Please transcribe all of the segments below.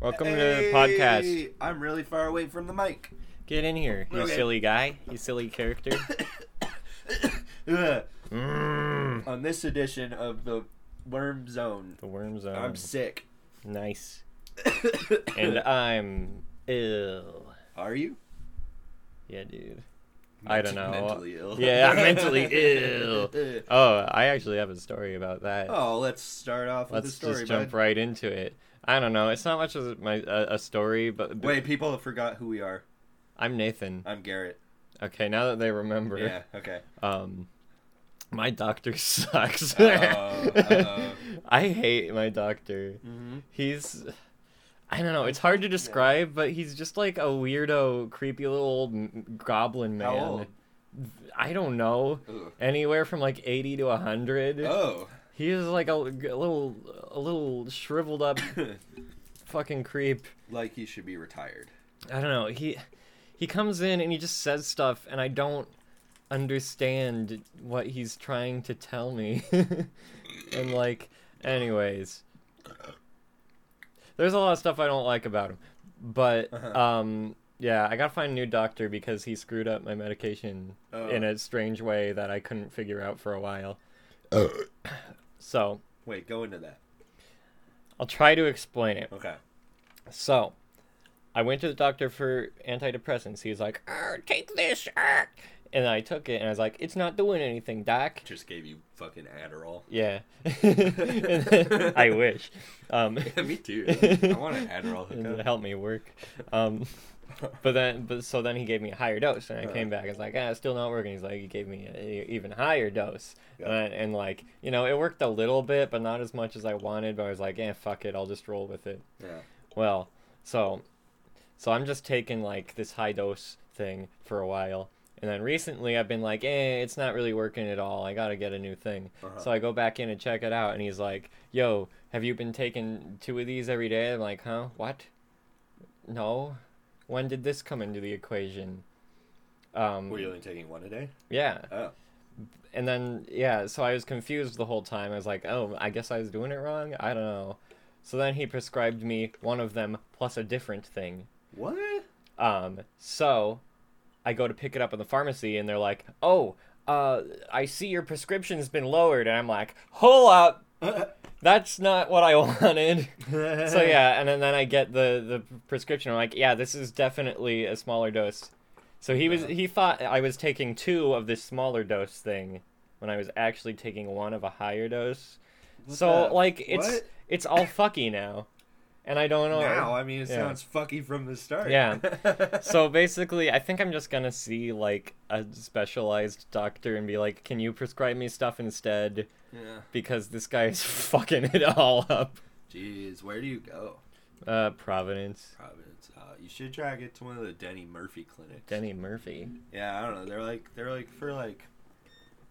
Welcome to the podcast. Hey, I'm really far away from the mic. Get in here, you Okay. silly guy, you silly character. Ugh. mm, On this edition of the Worm Zone, the worms are I'm sick. nice, Um, and I'm ill. Are you? Yeah, dude. I don't know. Mentally ill. Yeah, I'm mentally ill. Oh, I actually have a story about that. oh, let's start off with Let's the story. just jump bud. right into it. I don't know. It's not much of my a, a story, but but Wait, people forgot who we are. I'm Nathan. I'm Garrett. Okay, now that they remember, Yeah. Okay. um, my doctor sucks. Uh-oh, Oh, uh-oh. I hate my doctor. Mm-hmm. He's I don't know. It's hard to describe, but he's just like a weirdo, creepy little old m- goblin man. How old? I don't know. Ugh. Anywhere from like 80 to 100. Oh. He is like a, a little a little shriveled up fucking creep. like he should be retired. I don't know. He he comes in and he just says stuff and I don't understand what he's trying to tell me. and like anyways. There's a lot of stuff I don't like about him. But Uh-huh. um yeah, I got to find a new doctor because he screwed up my medication Oh. in a strange way that I couldn't figure out for a while. So, Wait, go into that. I'll try to explain it. Okay. So, I went to the doctor for antidepressants. He was like, "Arr, "Take this," arr." and I took it, and I was like, "It's not doing anything, doc." Just gave you fucking Adderall. Yeah, And then- I wish. Um, Me too. I want an Adderall it hookup. helped me work. Um, but then, but so then he gave me a higher dose, and I came back. I was like, "Ah, it's still not working." He's like, "He gave me an even higher dose," Yeah. and, and like, you know, it worked a little bit, but not as much as I wanted. But I was like, "Eh, fuck it, I'll just roll with it." Yeah. Well, so so I'm just taking like this high dose thing for a while. And then recently I've been like, eh, it's not really working at all. I gotta get a new thing. Uh-huh. So I go back in and check it out and he's like, Yo, have you been taking two of these every day? I'm like, huh? What? No? When did this come into the equation? Um Were you only taking one a day? Yeah. Oh. And then yeah, so I was confused the whole time. I was like, "Oh, I guess I was doing it wrong. I don't know." So then he prescribed me one of them plus a different thing. What? Um, so I go to pick it up in the pharmacy and they're like, "Oh, uh I see your prescription's been lowered." And I'm like, "Hold up. That's not what I wanted." Uh-huh. so yeah, and then, then I get the the prescription. I'm like, "Yeah, this is definitely a smaller dose." So he was Yeah. he thought I was taking two of this smaller dose thing when I was actually taking one of a higher dose. What so the- like it's what? it's all fucky now. And I don't know. Now, I mean, it Yeah. sounds fucky from the start. Yeah. so basically, I think I'm just gonna see like a specialized doctor and be like, "Can you prescribe me stuff instead?" yeah. Because this guy is fucking it all up. Jeez, where do you go? Uh, Providence. Providence. Uh, you should try to get to one of the Denny Murphy clinics. Denny Murphy. Yeah, I don't know. They're like they're like for like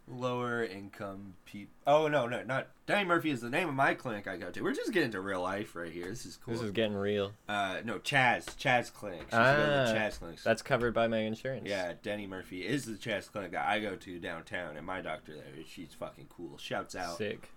lower income people. Oh no, no, not Denny Murphy is the name of my clinic I go to. We're just getting to real life right here. This is cool. This is getting real. Uh, no, Chaz, Chaz clinic. You should go to Ah, the Chaz clinics. That's covered by my insurance. Yeah, Denny Murphy is the chest clinic that I go to downtown, and my doctor there, she's fucking cool. Shouts out. Sick.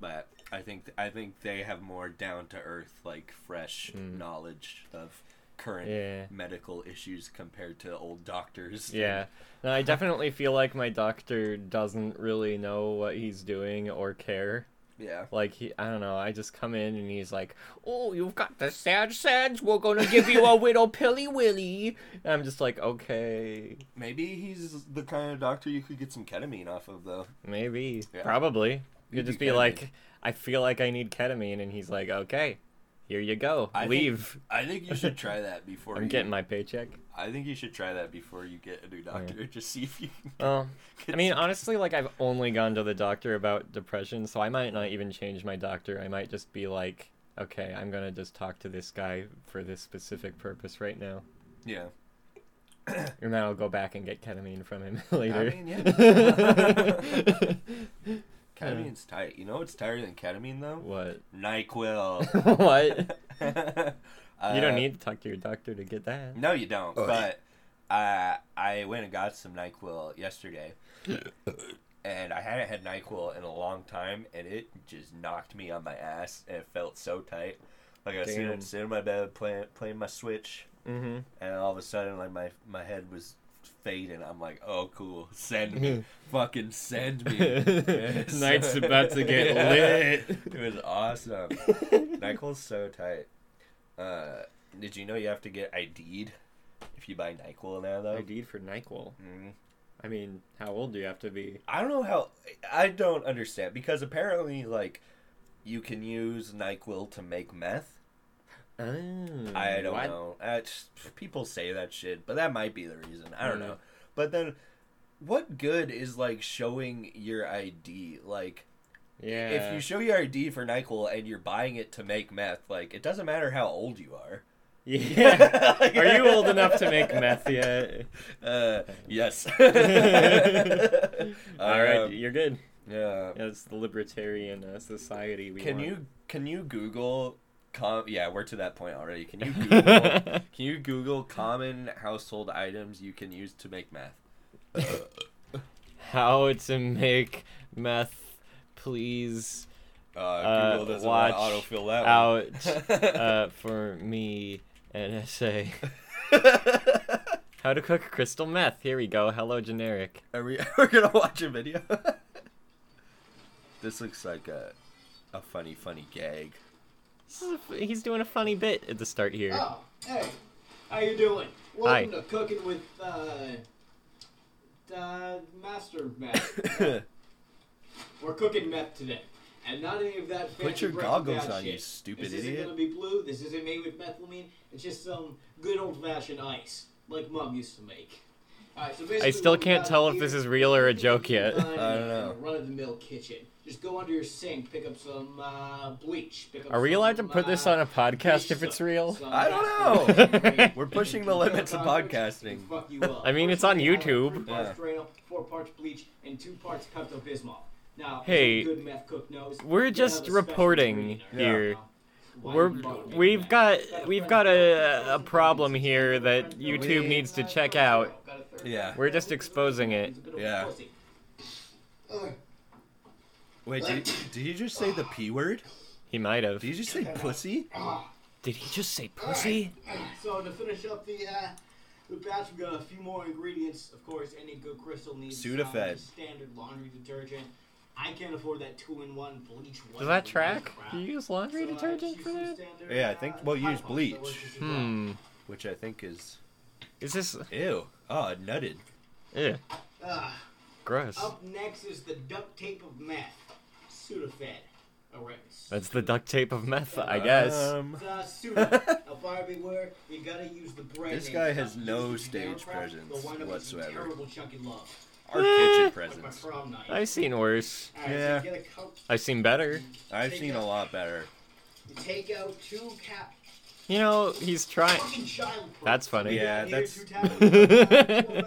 But I think I think they have more down to earth, like fresh Mm. knowledge of current Yeah. medical issues compared to old doctors. Yeah. No, I definitely feel like my doctor doesn't really know what he's doing or care. Yeah. Like he, I don't know. I just come in and he's like, "Oh, you've got the sad sense. We're gonna give you a little pilly willy." And I'm just like, "Okay, Maybe he's the kind of doctor you could get some ketamine off of, though. maybe, Yeah. probably." You You'd just do be ketamine. like, "I feel like I need ketamine," and he's like, "Okay, here you go. I think- Leave. I think you should try that before. I'm you, getting my paycheck." I think you should try that before you get a new doctor. Just see if you. Can Oh, I get mean, honestly, like I've only gone to the doctor about depression, so I might not even change my doctor. I might just be like, "Okay, I'm gonna just talk to this guy for this specific purpose right now." yeah. And then I'll go back and get ketamine from him later. mean, yeah. Ketamine's tight. You know what's tighter than ketamine though? what? Nyquil. what? you Uh, don't need to talk to your doctor to get that. No, you don't. Oh. But uh, I went and got some Nyquil yesterday, and I hadn't had Nyquil in a long time, and it just knocked me on my ass, and it felt so tight. Like I was sitting, Damn. sitting in my bed playing playing my Switch, Mm-hmm. and all of a sudden like my my head was fading. I'm like, oh cool, send me, fucking send me. Yes. Night's about to get Yeah. lit. It was awesome. Nyquil's so tight. Uh, did you know you have to get ID'd if you buy Nyquil now though? ID'd for NyQuil. Mhm. I mean, how old do you have to be? I don't know how. I don't understand because apparently, like, you can use Nyquil to make meth. Ah, Oh, I don't what? know. That's, people say that shit, but that might be the reason. I don't Mm. know. But then, what good is like showing your ID? Like, Yeah. if you show your ID for Nyquil and you're buying it to make meth, like, it doesn't matter how old you are. yeah. Are you old enough to make meth yet? Uh, yes. All right, Um, you're good. yeah. That's the libertarian uh, society we Can want. you can you Google com? Yeah, we're to that point already. Can you Google can you Google common household items you can use to make meth? Uh, How to make meth? Please Uh, Uh, Google doesn't want to watch autofill that out one. uh, for me an essay. How to cook crystal meth? Here we go. Hello, generic. Are we we're gonna watch a video? this looks like a a funny funny gag. This is a f- he's doing a funny bit at the start here. Oh, hey, how you doing? Hi. Welcome to Cooking with uh, uh, Master Meth. Put We're cooking meth today, and not any of that. fancy your breaking goggles down on, you shit. stupid This isn't idiot. gonna be blue. This isn't made with methylamine. It's just some good old-fashioned ice, like Mom used to make. All right, so basically I still what we can't got tell if here- this is real or a joke yet. I don't know. Run of the mill kitchen. Just go under your sink, pick up some uh, bleach. Pick up Are we allowed to some, put this uh, on a podcast if fish it's soap, real? some I don't bathroom know. soap. We're pushing the limits of podcasting. Fuck you up. I mean, it's on YouTube. Three Yeah. parts Drano, four parts bleach, and two parts Pepto Bismol. Now, Hey, as a good meth cook knows, we're you just have a special reporting ingredient. here. Why We're you don't make we've meth. got we've got a a problem here that YouTube We- needs to check out. Yeah. We're just exposing it. Yeah. Ugh. Wait, did, did you just say the p word? He might have. Did you just say pussy? Did he just say pussy? So to finish up the uh, the batch, we got a few more ingredients. Of course, any good crystal needs some Sudafed. standard laundry detergent. I can't afford that two-in-one bleach. uh, Does that track? Do you use laundry detergent for that? Yeah, I think- well, you use bleach. Hmm. Which I think is Is this ew. Oh, I nutted. eh, Uh, gross? up next is the duct tape of meth, Sudafed. A rinse. That's the duct tape of meth, I guess. Um, Uh, Sudafed. a fire beware. You gotta use the brand. This name guy stuff. has no Use the generic stage crap, presence you'll wind up with some whatsoever. Terrible chunky love, our Eh. kitchen like my presents. prom night. I've seen worse. All right, so Yeah. you get a cup. I've seen better. I've seen a lot better. You take out two cap. You know, he's trying. Fucking child. That's funny. Yeah, Here, that's- two tablets.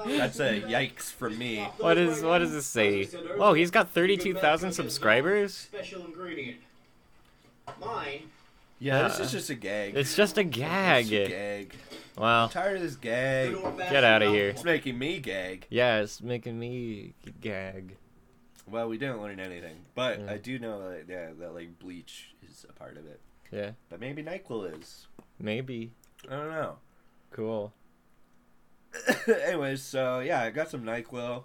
That's a yikes from me. What is what does this say? Oh, he's got 32,000 subscribers. Special ingredient. Mine. Yeah, this Uh, is just a gag. It's just a It's a gag. gag. I'm Wow. tired of this gag. Get outta here. It's making me gag. Yeah, it's making me gag. Well, we didn't learn anything, but Yeah. I do know that yeah, that like bleach is a part of it. Yeah, But maybe Nyquil is. maybe. I don't know. Cool. Anyways, so yeah, I got some Nyquil.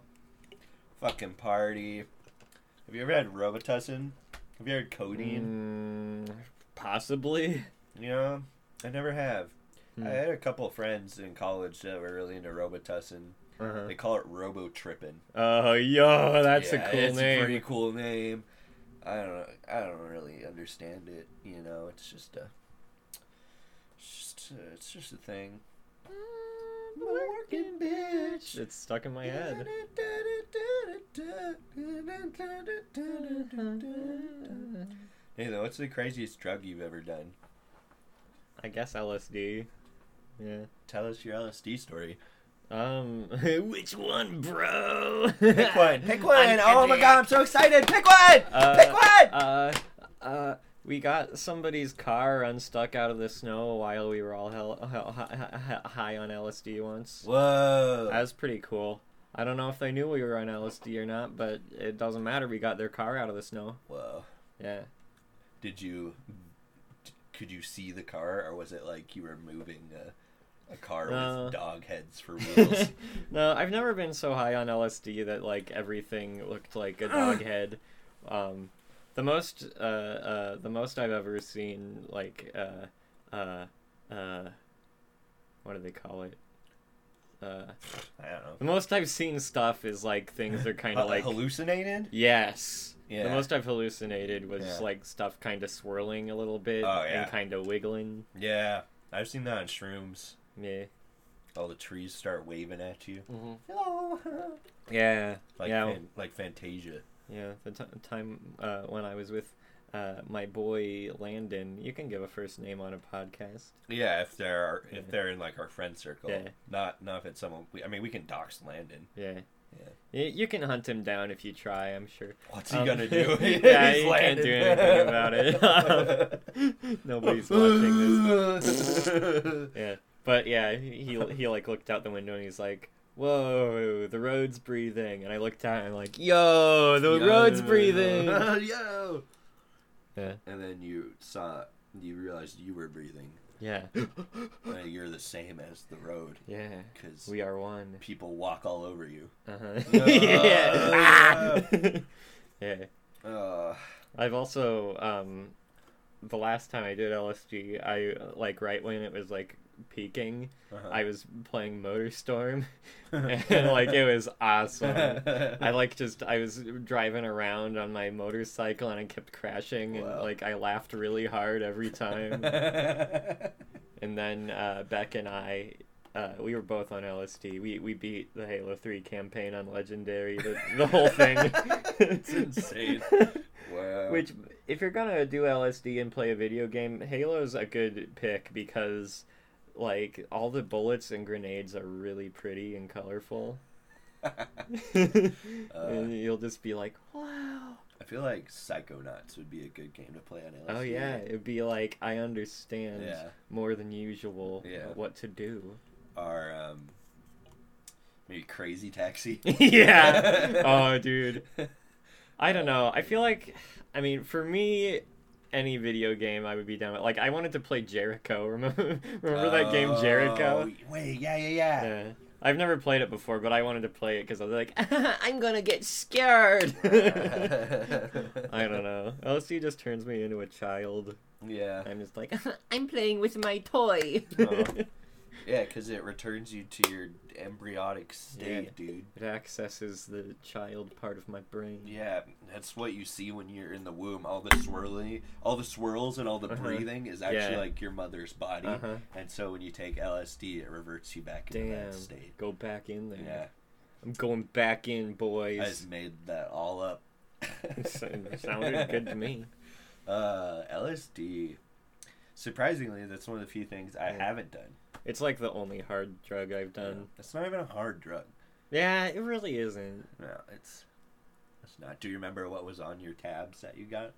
Fucking party. Have you ever had Robitussin? Have you had codeine? Mm, possibly. You know, I never have. Mm. Hmm. I had a couple of friends in college that were really into Robitussin. Uh-huh. They call it Robotrippin. Oh, yo, that's Yeah, a cool it's name. A pretty cool name. I don't. know- I don't really understand it. You know, it's just a. It's just. A, it's just a thing. Working bitch. It's stuck in my head. Nathan, what's the craziest drug you've ever done? I guess LSD. Yeah. Tell us your LSD story. Um, which one, bro? Pick one. Pick one. oh my god, I'm so excited. Pick one. Uh, Pick one. Uh, uh, we got somebody's car unstuck out of the snow while we were all hell, hell, hi- hi- high on LSD once. Whoa. That was pretty cool. I don't know if they knew we were on LSD or not, but it doesn't matter. We got their car out of the snow. Whoa. Yeah. Did you? could you see the car, or was it like you were moving a, a car No. with dog heads for wheels? no, I've never been so high on LSD that like everything looked like a dog head. Um, the most, uh, uh, the most I've ever seen like, uh, uh, uh, what do they call it? Uh, I don't know. the most I've seen stuff is like things are kind of Uh, like hallucinated. yes. The Yeah. most I've hallucinated was Yeah. like stuff kind of swirling a little bit Oh, and yeah. kind of wiggling. Yeah, I've seen that on shrooms. Yeah. All the trees start waving at you. Mm-hmm. Hello. Yeah. Like yeah. Fan- like Fantasia. Yeah, the t- time uh, when I was with uh, my boy Landon, you can give a first name on a podcast. Yeah, if they're our, if Yeah. they're in like our friend circle, Yeah. not not if it's someone. We, I mean, we can dox Landon. Yeah. Yeah. Y- You can hunt him down if you try, I'm sure. What's he Um, gonna do? yeah, He's you can't do anything about it. Nobody's watching this. this. Yeah, but yeah, he he like looked out the window and he's like, "Whoa, the road's breathing!" And I looked out and I'm like, "Yo, the road's breathing!" Yo. Yeah, And then you saw, you realized you were breathing. yeah, Uh, You're the same as the road yeah. because We are one. people walk all over you. Uh-huh. Uh, yeah. Ah! yeah. Uh, I've also um the last time I did LSD, I like right when it was like peaking, I was playing Motor Storm and like it was awesome. I like just I was driving around on my motorcycle and I kept crashing and Wow. like I laughed really hard every time. and then uh, Beck and I, uh, we were both on LSD. We we beat the Halo Three campaign on Legendary, the, the whole thing. It's insane. wow. Which, if you're gonna do LSD and play a video game, Halo's a good pick because, like, all the bullets and grenades are really pretty and colorful. Uh, and you'll just be like, wow. I feel like Psychonauts would be a good game to play on LSD. Oh yeah, it'd be like I understand Yeah. more than usual Yeah. what to do. Or um, maybe Crazy Taxi. yeah. Oh, dude. I don't know. Uh, I feel like, I mean, for me, any video game I would be down with. Like, I wanted to play Jericho. Remember, remember that game Jericho? Oh, Wait, yeah, yeah, yeah. Yeah. I've never played it before, but I wanted to play it because I was like, I'm gonna get scared. I don't know. LSD just turns me into a child. Yeah, I'm just like, I'm playing with my toy. Oh. yeah, because it returns you to your embryonic state, Yeah. dude. It accesses the child part of my brain. Yeah, that's what you see when you're in the womb. All the swirly, all the swirls, and all the Uh-huh. breathing is actually Yeah. like your mother's body. Uh-huh. And so when you take LSD, it reverts you back into Damn. that state. Go back in there. Yeah, I'm going back in, boys. I just made that all up. It sounded good to me. Uh, LSD. Surprisingly, that's one of the few things I Yeah. haven't done. It's like the only hard drug I've done. It's not even a hard drug. Yeah, it really isn't. No, it's it's not. Do you remember what was on your tabs that you got?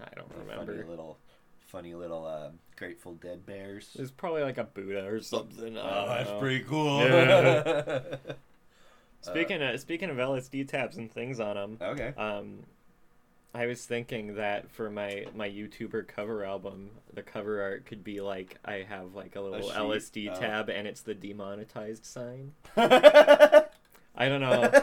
I don't The Funny remember. little, funny little um, Grateful Dead bears. It's probably like a Buddha or something. Oh, I don't know. cool. Yeah. Uh, Speaking of speaking of LSD tabs and things on them, okay. um, I was thinking that for my my YouTuber cover album, the cover art could be like I have like a little sheet? LSD Oh. tab and it's the demonetized sign. I don't know.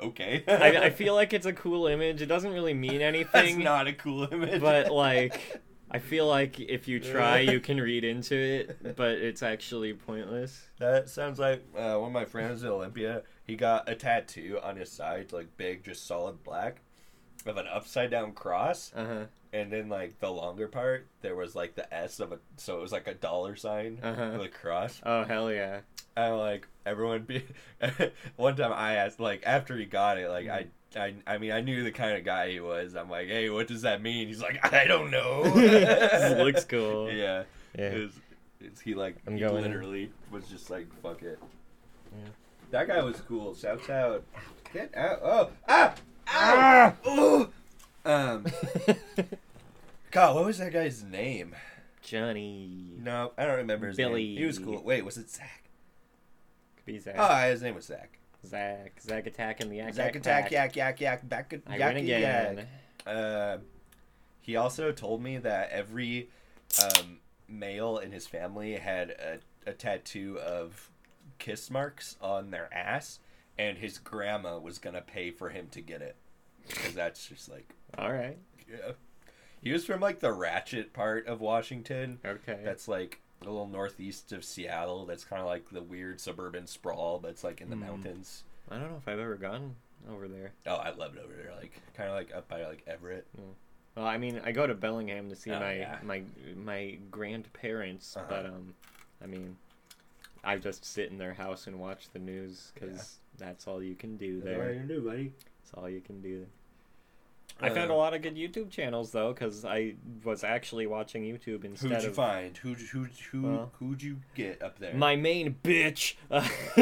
okay. Oh. I, I feel like it's a cool image. It doesn't really mean that's anything. not a cool image. but like I feel like if you try, you can read into it, but it's actually pointless. That sounds like uh, one of my friends at Olympia. He got a tattoo on his side, like big, just solid black, of an upside down cross, Uh huh. and then like the longer part, there was like the S of a, so it was like a dollar sign Uh-huh. with a cross. Oh hell yeah. And like everyone, be one time I asked, like after he got it, like Mm-hmm. I. I, I mean I knew the kind of guy he was. I'm like, hey, what does that mean? He's like, I don't know. This looks cool. Yeah, Yeah. Is, is he like I'm he going in. literally was just like fuck it. Yeah. That guy was cool. Shouts out. Get out. Oh ah ah. Ooh. Um. God, what was that guy's name? Johnny. No, I don't remember his Billy. name. He was cool. Wait, was it Zach? Could be Zach. Ah, his name was Zach. Zach. Zach attack and the yak. Zach yak, attack pack. yak yak yak back I yak win again. yak. Uh, He also told me that every um, male in his family had a, a tattoo of kiss marks on their ass, and his grandma was gonna pay for him to get it because that's just like All right. yeah. He was from like the Ratchet part of Washington. Okay. That's like a little northeast of Seattle. That's kind of like the weird suburban sprawl, but it's like in the Mm. mountains. I don't know if I've ever gone over there. Oh, I love it over there. Like kind of like up by like Everett. Well, I mean, I go to Bellingham to see Oh, my yeah. my my grandparents, Uh-huh. but um, I mean, I just sit in their house and watch the news because that's all you can do there. do, buddy. That's all you can do. Uh, I found a lot of good YouTube channels though, because I was actually watching YouTube instead Who'd you of find? Who who who Well- who'd you get up there? my main bitch, uh,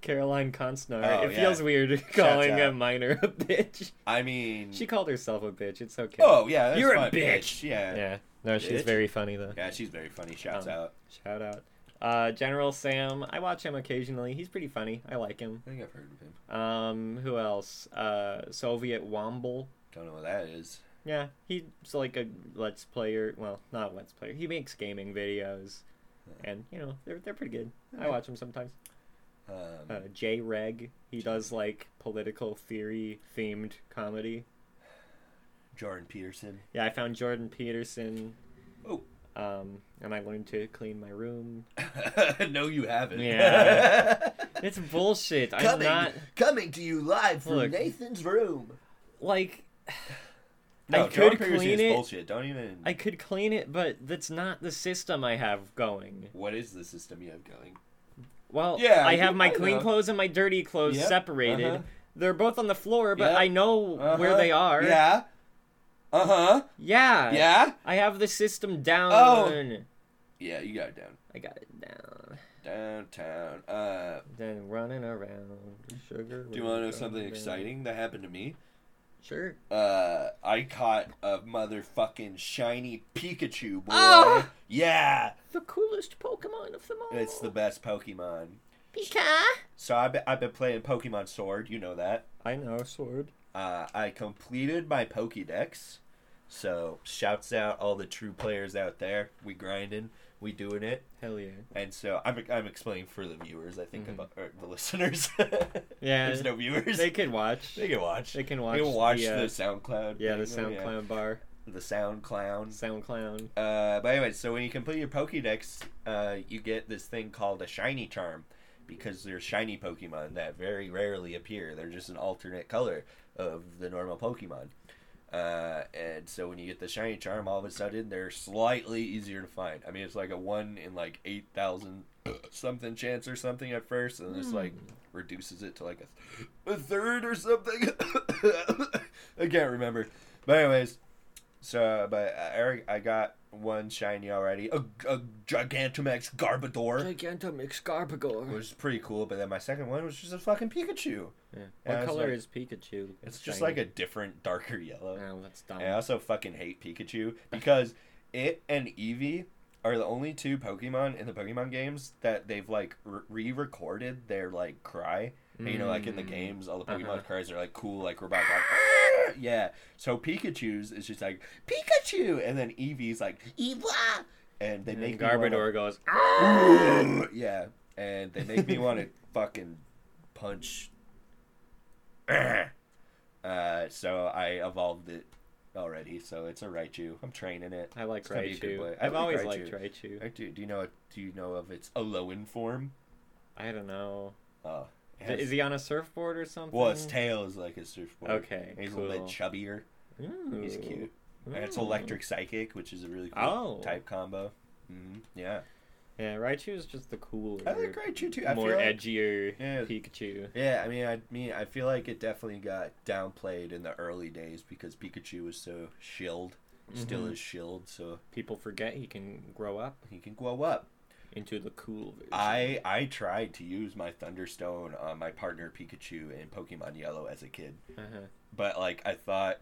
Caroline Consnar. Oh, it yeah. feels weird calling a out. minor a bitch. I mean, She called herself a bitch. It's okay. oh yeah, that's You're a fine, bitch. Yeah. yeah, yeah. No, she's Bitch. very funny though. she's very funny. Shouts Um, out. Shout out. Uh, General Sam. I watch him occasionally. He's pretty funny. I like him. I think I've heard of him. Um, who else? Uh, Soviet Womble. Don't know what that is. Yeah, he's like a let's player. Well, not let's player. He makes gaming videos, and you know they're they're pretty good. I Alright. watch him sometimes. Um, Uh, J Reg. He does like political theory themed comedy. Jordan Peterson. Yeah, I found Jordan Peterson. Oh. Um, and I learned to clean my room. no, you haven't. Yeah. It's bullshit. I'm not coming to you live from Look. Nathan's room. like No, I John could Peterson clean is it. bullshit. Don't even. I could clean it, but that's not the system I have going. What is the system you have going? Well, Yeah, I you- have my I clean know. clothes and my dirty clothes Yep, separated. uh-huh. They're both on the floor, but Yep, uh-huh. I know where they are. Yeah. Uh huh. Yeah. Yeah. I have the system down. Oh. Yeah, you got it down. I got it down. Downtown. Uh, Then running around. Sugar. do you want to know something running around. exciting that happened to me? Sure. Uh, I caught a motherfucking shiny Pikachu, boy. Ah! Yeah, The coolest Pokemon of them all. it's the best Pokemon. Pika. So I've been, I've been playing Pokemon Sword. You know that. I know, sword. Uh, I completed my Pokédex. So shouts out all the true players out there. We grinding. We doing it. Hell yeah. And so I'm, I'm explaining for the viewers. I think Mhm. about or the listeners. Yeah. There's no viewers. They could watch. They can watch. They They can watch. can watch the, the, uh, SoundCloud. Yeah, the thing, oh, SoundCloud bar. The sound clowns. SoundCloud. Uh, but anyway, so when you complete your Pokédex, uh, you get this thing called a shiny charm, because they're shiny Pokemon that very rarely appear. They're just an alternate color of the normal Pokemon. Uh, and so when you get the shiny charm, all of a sudden they're slightly easier to find. I mean, it's like a one in like eight thousand something chance or something at first, and it's like reduces it to like a, a third or something. I can't remember. But anyways, so but uh, Eric, I got one shiny already, a, a Gigantamax Garbodor. Gigantamax Which Garbagor. is pretty cool, but then my second one was just a fucking Pikachu. Yeah. Yeah, What it's color like- is Pikachu? It's just like a different, darker yellow. Oh, that's dumb. And I also fucking hate Pikachu because it and Eevee are the only two Pokemon in the Pokemon games that they've like re recorded their like cry. And, you know, like in the Mm. games, all the Pokemon Uh-huh. cries are like cool, like robotic. Like, "Ah!" yeah. So Pikachu's is just like Pikachu, and then Eevee's like Eevee, and they And make me wanna- Garbodor goes. "Ah!" yeah, and they make me want to fucking punch. Uh, so I evolved it already, so it's a Raichu. I'm training it. I like It's gonna be a good Raichu. boy. I I've like always Raichu. liked Raichu. I do. Do you know? Do you know of its Alolan form? I don't know. Oh, it has- Is he on a surfboard or something? well, its tail is like a surfboard. Okay, he's a little cool. bit chubbier. He's Ooh. cute. And it's Ooh. electric psychic, which is a really cool Oh. type combo. hmm Yeah, Yeah, Raichu is just the cooler, I like Raichu too. I more feel like- edgier Yeah. Pikachu. Yeah, I mean, I mean, I feel like it definitely got downplayed in the early days because Pikachu was so shilled, still Mhm. is shilled, so People forget he can grow up he can grow up. into the cool version. I I tried to use my Thunderstone on my partner Pikachu in Pokemon Yellow as a kid, Uh-huh. but like I thought,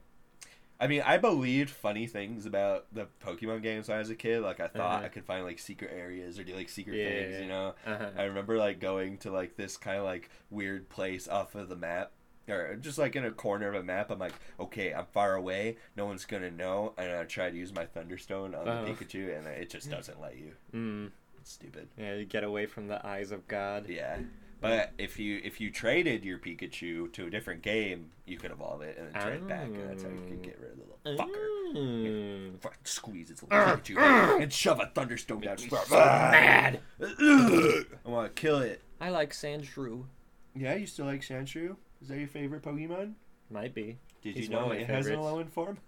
I mean, I believed funny things about the Pokemon games when I was a kid. Like I thought Uh-huh. I could find like secret areas or do like secret Yeah, things, yeah, you know. Uh-huh. I remember like going to like this kind of like weird place off of the map. or just like in a corner of a map. I'm like, okay, I'm far away. No one's gonna know. And I try to use my Thunderstone on Oh. the Pikachu, and it just doesn't let you. Mm, It's stupid. yeah, you get away from the eyes of God. Yeah. But if you if you traded your Pikachu to a different game, you could evolve it and then trade it back, and that's how you could get rid of the little fucker. Mm. Fuck, squeeze its little Pikachu back and shove a thunderstone down. its throat. Mad. I want to kill it. I like Sandshrew. Yeah, you still like Sandshrew? Is that your favorite Pokemon? Might be. Did He's you know one of my it has an favorites. Alolan form?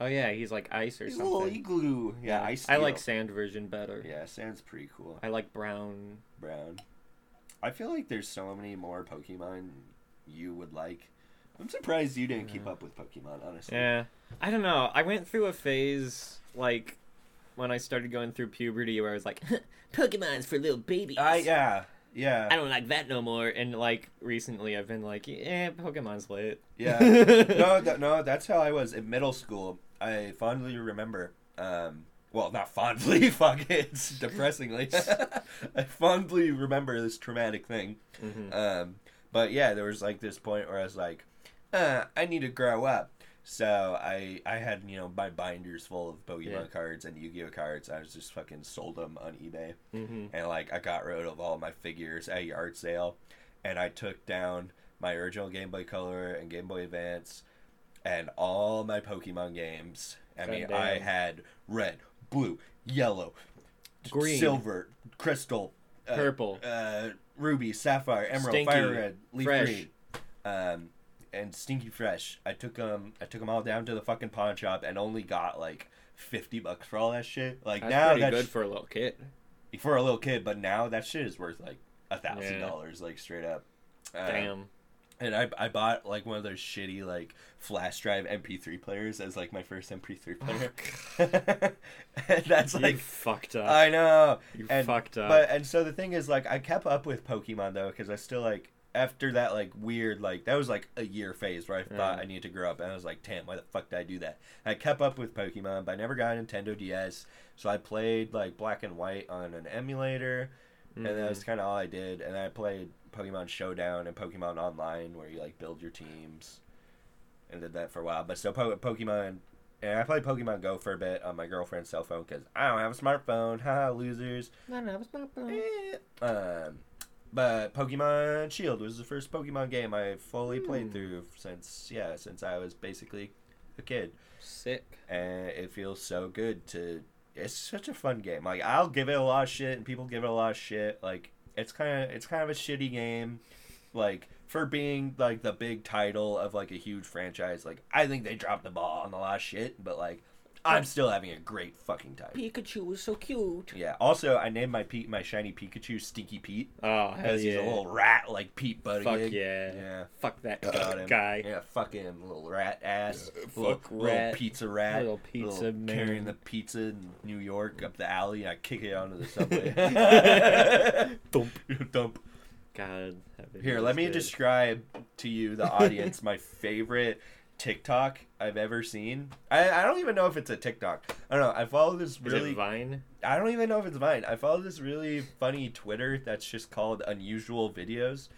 Oh yeah, he's like ice or He's a little something. igloo. Yeah, I. I like sand version better. Yeah, Sand's pretty cool. I like brown. Brown. I feel like there's so many more Pokemon you would like. I'm surprised you didn't keep up with Pokemon, honestly. Yeah. I don't know. I went through a phase like when I started going through puberty where I was like, Pokemon's for little babies. I yeah yeah. I don't like that no more. And like recently, I've been like, yeah, Pokemon's lit. Yeah. no, th- no, that's how I was in middle school. I fondly remember. Um, well, not fondly. Fuck it's depressingly. I fondly remember this traumatic thing. Mhm. Um, but yeah, there was like this point where I was like, uh, I need to grow up. So I I had you know my binders full of Pokemon Yeah. cards and Yu Gi Oh cards. I was just fucking sold them on eBay Mm-hmm. and like I got rid of all my figures at a yard sale, and I took down my original Game Boy Color and Game Boy Advance, and all my Pokemon games. I mean, Goddamn. I had red, blue, yellow, t- Green. silver, crystal, uh, Purple. uh, ruby, sapphire, emerald, Stinky, fire red, leaf fresh. green, um, and stinky fresh. I took them. I took them all down to the fucking pawn shop and only got like fifty bucks for all that shit. Like That's now pretty that's good for a little kid. for a little kid, but now that shit is worth like a thousand Yeah. dollars, like straight up. Uh, Damn. And I, I bought like one of those shitty like flash drive MP3 players as like my first MP3 player. and that's you like fucked up. I know. you and- fucked up. But and so the thing is like I kept up with Pokemon though because I still like after that like weird like that was like a year phase where I thought Yeah. I needed to grow up and I was like damn why the fuck did I do that? I kept up with Pokemon but I never got a Nintendo DS so I played like Black and White on an emulator Mm-hmm. and that was kind of all I did and I played Pokemon Showdown and Pokemon Online where you like build your teams and did that for a while but so po- Pokemon and I played Pokemon Go for a bit on my girlfriend's cell phone because I don't have a smartphone. Ha, losers. No, no, it's not bad. Eh. Um, but Pokemon Shield was the first Pokemon game I fully played through since yeah since I was basically a kid, Sick. and it feels so good to. It's such a fun game. Like I'll give it a lot of shit, and people give it a lot of shit. Like it's kind of it's kind of a shitty game, like for being like the big title of like a huge franchise. Like I think they dropped the ball on a lot of shit, but like I'm still having a great fucking time. Pikachu was so cute. Yeah. Also, I named my Pete my shiny Pikachu Stinky Pete. Oh, hell Because yeah. he's a little rat like Pete Buttigieg. Fuck yeah. Yeah. Fuck that Got him. guy. Yeah, fucking little rat ass. Fuck little, rat. Little pizza rat. Little pizza man. Carrying the pizza in New York up the alley. And I kick it onto the subway. Thump. Dump. God. that video Here, is let me good. describe to you, the audience, my favorite TikTok I've ever seen. I, I don't even know if it's a TikTok. I don't know. I follow this Is really it Vine? I don't even know if it's mine. I follow this really funny Twitter that's just called Unusual Videos.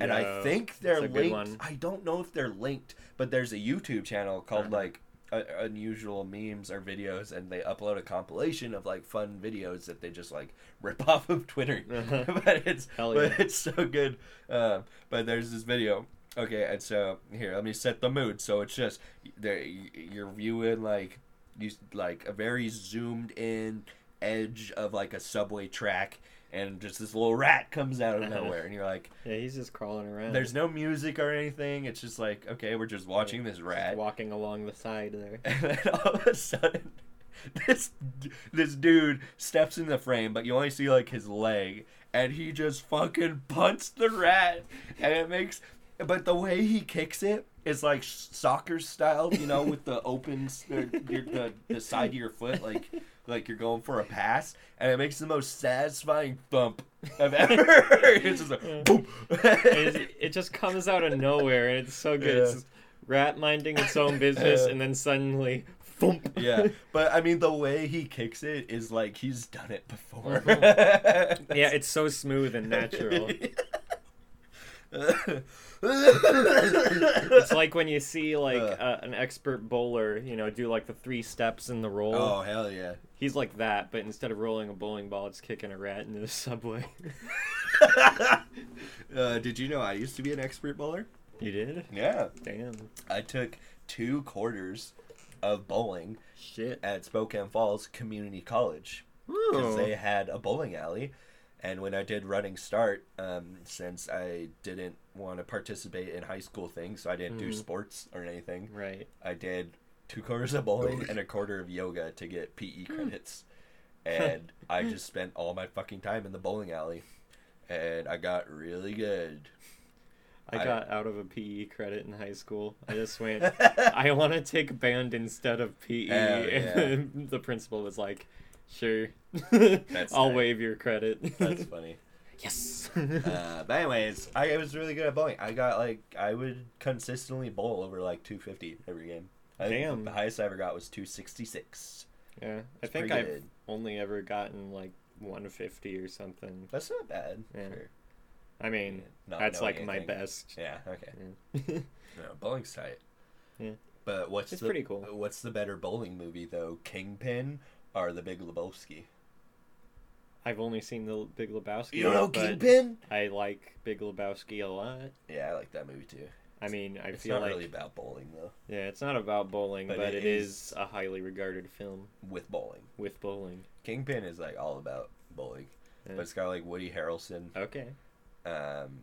And I Yo, think they're that's a good linked. one. I don't know if they're linked, but there's a YouTube channel called Uh-huh. like uh, Unusual Memes or Videos, and they upload a compilation of like fun videos that they just like rip off of Twitter. Uh-huh. but it's Hell but yeah. it's so good. Um, but there's this video. Okay, and so here, let me set the mood. So it's just there. You're viewing like you like a very zoomed in edge of like a subway track, and just this little rat comes out of Uh-huh. nowhere, and you're like, Yeah, he's just crawling around. there's no music or anything. It's just like, okay, we're just watching this He's rat, walking along the side there. and then all of a sudden, this this dude steps in the frame, but you only see like his leg, and he just fucking punts the rat, and it makes. But the way he kicks it is like soccer style, you know, with the open s- the, your, the the side of your foot, like like you're going for a pass, and it makes the most satisfying thump I've ever heard. It's just like boom. it, it just comes out of nowhere, and it's so good. It's Yeah. just rat minding its own business, and then suddenly, thump. Yeah, but I mean the way he kicks it is like he's done it before. Mm-hmm. Yeah, it's so smooth and natural. It's like when you see like Ugh. uh, an expert bowler, you know, do like the three steps in the roll. oh hell yeah! He's like that, but instead of rolling a bowling ball, it's kicking a rat into the subway. uh, did you know I used to be an expert bowler? you did? Yeah, Damn. I took two quarters of bowling Shit. at Spokane Falls Community College Oh. because they had a bowling alley. And when I did running start, um, since I didn't want to participate in high school things, so I didn't do Mhm. sports or anything, Right. I did two quarters of bowling and a quarter of yoga to get PE Hmm. credits. And I just spent all my fucking time in the bowling alley. And I got really good. I I- got out of a PE credit in high school. I just went, I want to take band instead of PE. Hell and the principal was like, sure. I'll tight. waive your credit. That's funny. yes. Uh, but anyways, I was really good at bowling. I got like I would consistently bowl over like 250 every game. I think Damn. The highest I ever got was 266. yeah. I It's think pretty I've good. only ever gotten like 150 or something. That's not bad. Yeah. for I mean, not that's knowing like my anything. best. Yeah. Okay. Yeah. No, bowling's tight. Yeah. But what's It's the, pretty cool. What's the better bowling movie though, Kingpin or The Big Lebowski? I've only seen the Big Lebowski. You don't know but Kingpin? I like Big Lebowski a lot. Yeah, I like that movie too. I mean, I It's feel not like really about bowling though. yeah, it's not about bowling, but, But it it is... is- a highly regarded film With bowling, with bowling. Kingpin is like all about bowling, Yeah. but it's got like Woody Harrelson. Okay. Um,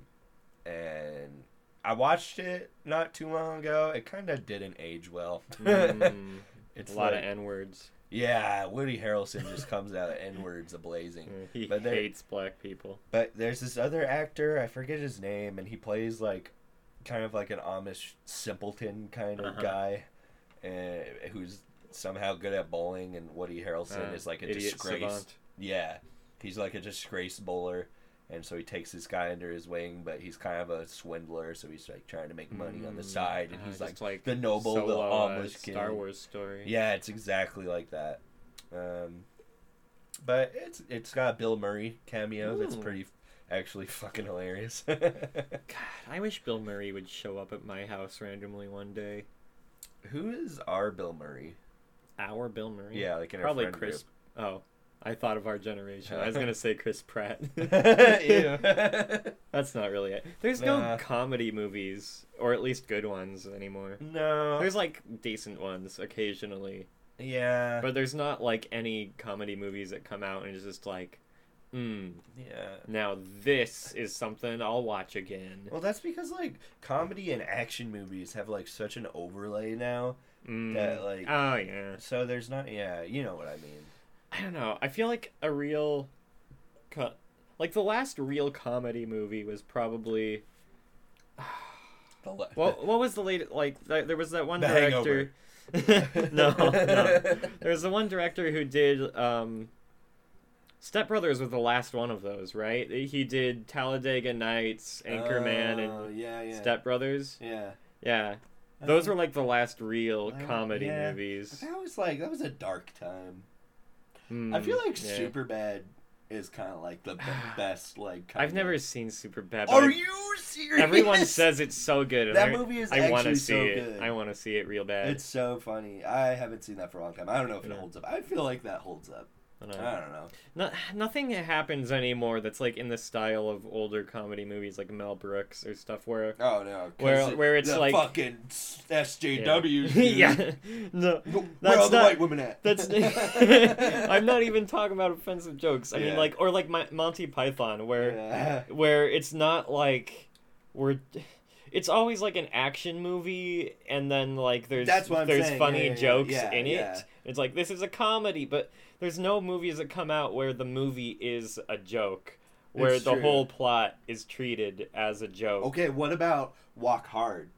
and I watched it not too long ago. It kind of didn't age well. Mm, it's a lot like- of n words. yeah. Woody Harrelson just comes out n words ablazing. Mm, He But they're- hates black people. But there's this other actor, I forget his name, and he plays like kind of like an Amish simpleton kind of Uh-huh. guy uh, who's somehow good at bowling, and Woody Harrelson Uh, is like a idiot disgrace. savant. Yeah, he's like a disgrace bowler, and so he takes this guy under his wing, but he's kind of a swindler, so he's like trying to make money on the Mm, side, and uh, he's like, just like the noble, the Solo, uh, Amish kid. Star Wars story. Yeah, it's exactly like that. Um, but it's it's got a Bill Murray cameo that's Ooh. pretty actually fucking hilarious. God, I wish Bill Murray would show up at my house randomly one day. Who is our Bill Murray? Our Bill Murray. Yeah, like in our Probably friend Chris. Oh, I thought of our generation. I was gonna say Chris Pratt. group. Ew. That's not really it. There's no Nah. comedy movies, or at least good ones anymore. no. There's like decent ones occasionally, Yeah. but there's not like any comedy movies that come out and it's just like, hmm, yeah. now this is something I'll watch again. Well, that's because like comedy and action movies have like such an overlay now. Mm. that, like- oh yeah. So there's not. Yeah, you know what I mean. I don't know. I feel like a real, co- like the last real comedy movie was probably The le- what? What was the latest? Like th- there was that one The director. no, no, there was the one director who did um, Step Brothers was the last one of those, right? He did Talladega Nights, Anchorman, Oh, yeah, and yeah. Step Brothers. Yeah. Yeah, those Um, were like the last real I- comedy yeah. movies. That was like that was a dark time. I Mm, feel like yeah. Super Superbad is kind of like the be- best like. Kind I've never seen Superbad. but Are I- you serious? Everyone says it's so good. and That I- movie is I wanna actually see so it. good. I want to see it real bad. it's so funny. I haven't seen that for a long time. I don't know if it Yeah. holds up. I feel like that holds up. I I don't know. don't know. No, nothing happens anymore that's like in the style of older comedy movies like Mel Brooks or stuff where Oh no. 'cause Where- it- where it's the like- fucking SJW. yeah, no, Where That's are the not- white women at? that's I'm not even talking about offensive jokes. I mean Yeah. like or like my, Monty Python where Yeah. where it's not like we're it's always like an action movie and then like there's That's what I'm there's saying. funny Yeah, yeah, jokes yeah, in it yeah. it's like this is a comedy but there's no movies that come out where the movie is a joke where It's the true. whole plot is treated as a joke Okay. What about Walk Hard?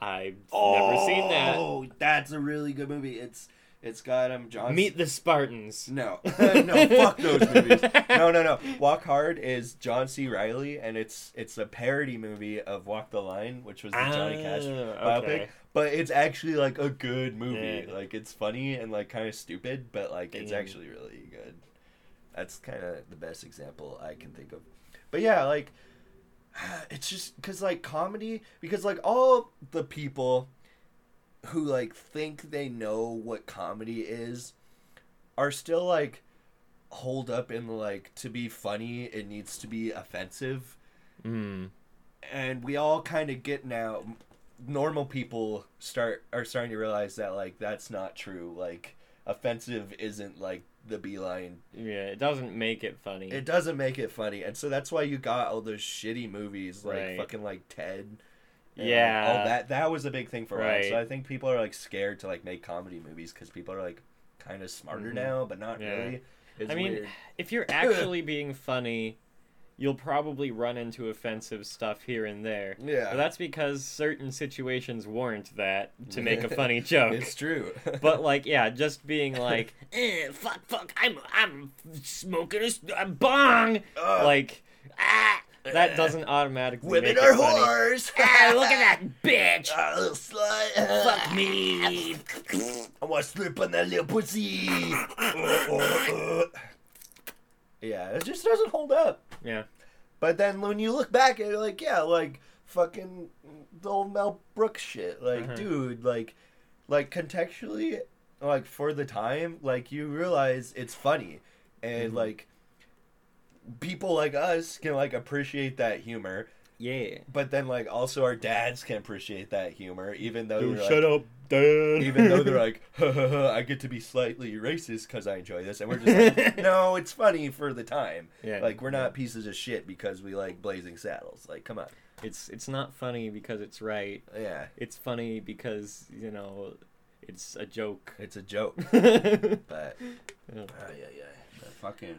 i've never seen that Oh, that's a really good movie. It's it's got um John. meet the spartans No, no, fuck those movies. No, no, no. Walk Hard is John C. Riley, and it's it's a parody movie of Walk the Line, which was the Johnny Cash Ah, biopic. okay. But it's actually like a good movie. Yeah. Like it's funny and like kind of stupid, but like it's Damn. actually really good. That's kind of the best example I can think of. But yeah, like it's just because like comedy because like all the people who like think they know what comedy is are still like hold up in like to be funny it needs to be offensive Mm. and we all kind of get now normal people start are starting to realize that like that's not true like offensive isn't like the beeline Yeah, it doesn't make it funny. it doesn't make it funny, and so that's why you got all those shitty movies like Right. fucking like Ted. and, like, Yeah. all that that was a big thing for us. Right. So I think people are like scared to like make comedy movies because people are like kind of smarter Mhm. now, but not Yeah. really. It's I mean, weird. if you're actually being funny, you'll probably run into offensive stuff here and there. yeah, But that's because certain situations warrant that to make a funny joke. it's true. But like, yeah, just being like, eh, fuck, fuck, I'm, I'm smoking a, s- a bong, Ugh. like, ah, that doesn't automatically women make are it funny. whores. Ah, look at that bitch. Ah, little slut. Fuck me. I want to slip on that little pussy. Uh, uh, uh. Yeah, it just doesn't hold up. Yeah. But then when you look back at it, like, yeah, like fucking the old Mel Brooks shit. Like, Uh-huh. dude, like, like contextually, like for the time, like you realize it's funny, and Mhm. like people like us can like appreciate that humor, Yeah. but then like also our dads can appreciate that humor, even though you're, like, up, dad. even though they're like, "Ha, ha, ha, I get to be slightly racist because I enjoy this, and we're just like, no, it's funny for the time. Yeah. Like we're not pieces of shit because we like Blazing Saddles. Like, come on, it's it's not funny because it's right. yeah, It's funny because you know it's a joke. Oh, it's a joke, yeah. but yeah, yeah, fucking.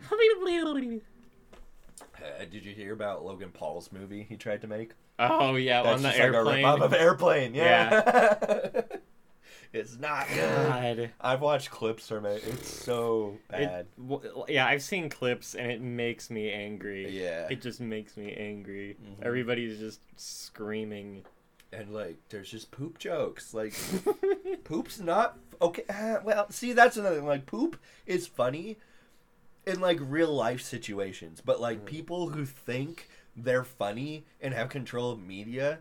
Uh, did you hear about Logan Paul's movie he tried to make? Oh yeah, on the just like a airplane. ripoff of airplane. Yeah, it's not good. God. I've watched clips from it. It's so bad. It, w- yeah, I've seen clips and it makes me angry. yeah, It just makes me angry. Mhm. Everybody's just screaming. and like there's just poop jokes like poop's not okay uh, well see that's another thing like poop is funny in like real life situations but like people who think they're funny and have control of media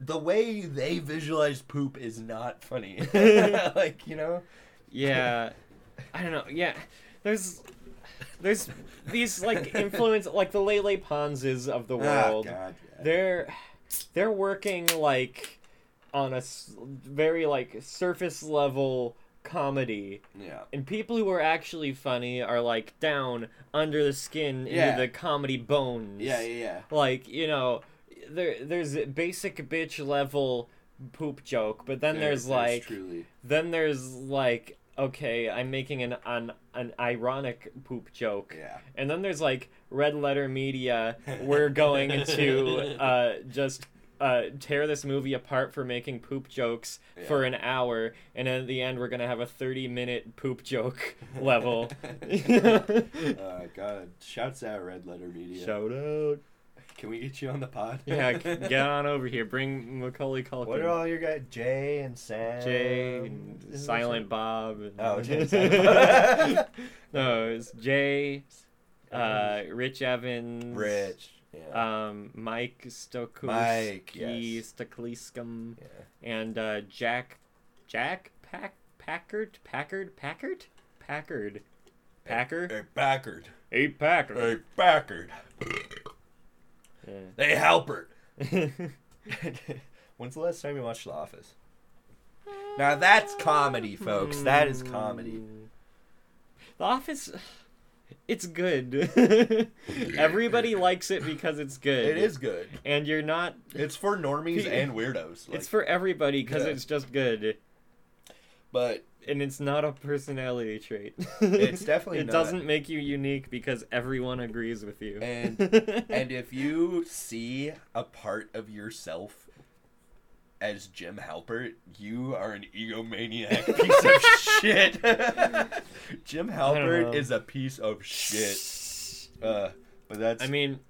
the way they visualize poop is not funny like you know yeah. I don't know. Yeah. There's there's these like influence like the Lele Ponzes of the Ah, world. they're they're working like on a s- very like surface level comedy yeah and people who are actually funny are like down under the skin Yeah. into the comedy bones yeah like you know there there's basic bitch level poop joke but then there's, like truly then there's like okay i'm making an an, an ironic poop joke yeah and then there's like red letter media. We're going to uh, just uh, tear this movie apart for making poop jokes for an hour, and then at the end we're gonna have a thirty minute poop joke level. uh, god shouts out red letter media Shout out! Can we get you on the pod? Yeah, c- get on over here. Bring Macaulay Culkin, What are all your guys? Jay and Sam. Jay, and Isn't Silent Bob. and- there some- Oh, Jay. And Silent Bob. no, it's Jay, uh, Rich Evans, Rich. Yeah. um, Mike Stokuski, Mike, yes. Stokliskum, yeah. and uh, Jack, Jack Pack, Packard, Packard, Packard, Packard, Packer, Hey Packard. hey Packer. Hey Packard. Yeah. Hey Halpert. When's the last time you watched The Office? Now that's comedy, folks. That is comedy. Hmm. The Office, it's good. Everybody likes it because it's good. It is good. and you're not. It's for normies He- and weirdos. like- It's for everybody because Yeah. it's just good. but and it's not a personality trait. It's definitely it not. doesn't make you unique because everyone agrees with you. And- and if you see a part of yourself as Jim Halpert, you are an egomaniac piece of shit. Jim know. Halpert is a piece of shit. Uh, but that's I mean,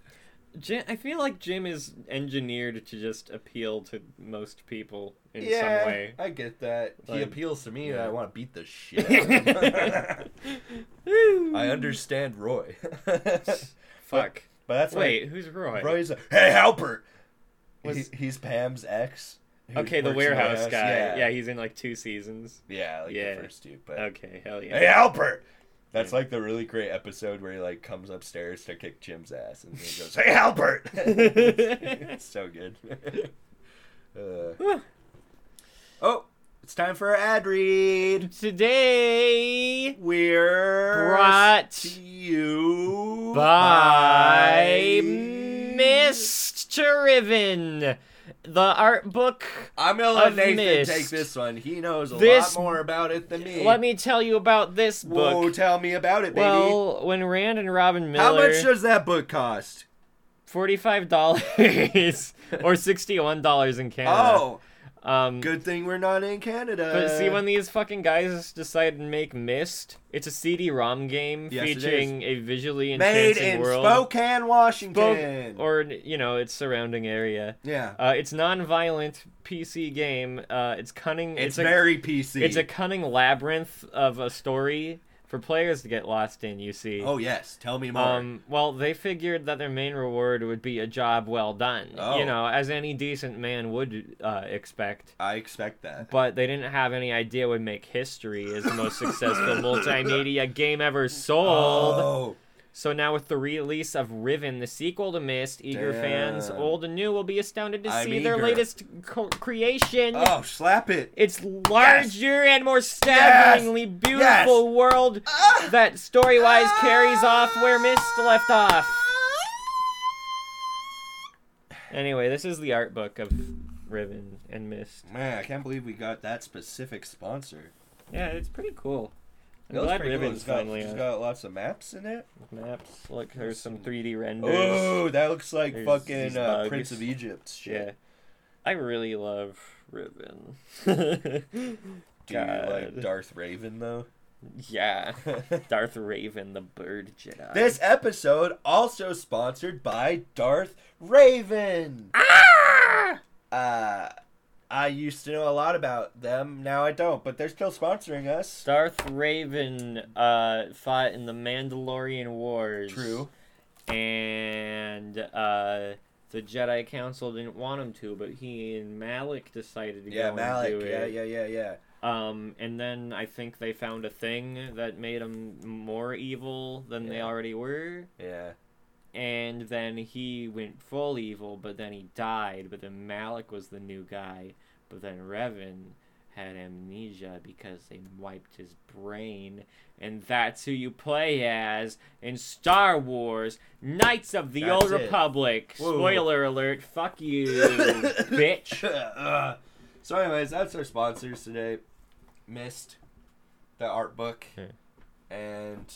Jim, I feel like Jim is engineered to just appeal to most people in yeah, some way. I get that. he Like, appeals to me, and yeah. I want to beat the shit. out of him. I understand Roy. Fuck. But that's Wait, who's Roy? why Roy's like, hey Halpert. Was- He's, he's Pam's ex. who okay, the works in warehouse guy. Yeah. Yeah, yeah, he's in like two seasons. like Yeah. the first two. But Okay, hell yeah. hey Halpert. That's Yeah. like the really great episode where he like comes upstairs to kick Jim's ass and he goes, "Hey Halpert." it's so good. uh. Oh, it's time for our ad read. Today We're brought to you by Mr. Riven, the art book. I'm gonna let of Nathan Mist. take this one. He knows a This- lot more about it than me. Let me tell you about this book. Whoa, tell me about it, baby. well, when Rand and Robin Miller, How much does that book cost? forty-five dollars or sixty-one dollars in Canada. Oh, Oh, um, good thing we're not in Canada. But see, when these fucking guys decide to make Mist, it's a CD-ROM game Yes, it is. featuring a visually made entrancing in world, Spokane, Spoke- Washington. or you know, its surrounding area. yeah, Uh, it's non-violent PC game. Uh, it's cunning. it's, a, very PC. It's a cunning labyrinth of a story for players to get lost in. You see. oh yes, tell me more. Um, well, they figured that their main reward would be a job well done, Oh. you know, as any decent man would uh, expect I expect that. but they didn't have any idea would make history as the most successful multimedia game ever sold. Oh, So now with the release of Riven, the sequel to Mist, eager Damn. fans, old and new, will be astounded to I'm see their eager. latest co- creation. oh, slap it. It's larger and more staggeringly beautiful world Ah! that story-wise carries off where Mist left off. Anyway, this is the art book of Riven and Mist. Man, I can't believe we got that specific sponsor. Yeah, it's pretty cool. I'm That was glad pretty cool. Ribbon's It's got, finally uh, it's out. got lots of maps in it. maps. Look, there's some 3D renders. Oh, that looks like there's these fucking uh, bugs. Prince of Egypt shit. yeah. I really love Ribbon. Do Do you like Darth Raven though? Yeah. Darth Raven, the bird Jedi. this episode also sponsored by Darth Raven. Ah! Uh, I used to know a lot about them. Now I don't, but they're still sponsoring us. Darth Raven uh, fought in the Mandalorian Wars. True. And uh, the Jedi Council didn't want him to, but he and Malik decided to Yeah, go and do Malik. it. Yeah, yeah, yeah, yeah. Um, and then I think they found a thing that made them more evil than they Yeah. already were. Yeah. And then he went full evil, but then he died. But then Malik was the new guy. But then Revan had amnesia because they wiped his brain. And that's who you play as in Star Wars Knights of the That's Old it. Republic. Whoa. Spoiler alert. Fuck you, bitch. Ugh. Uh, so, anyways, that's our sponsors today. Mist, the art book, Okay. and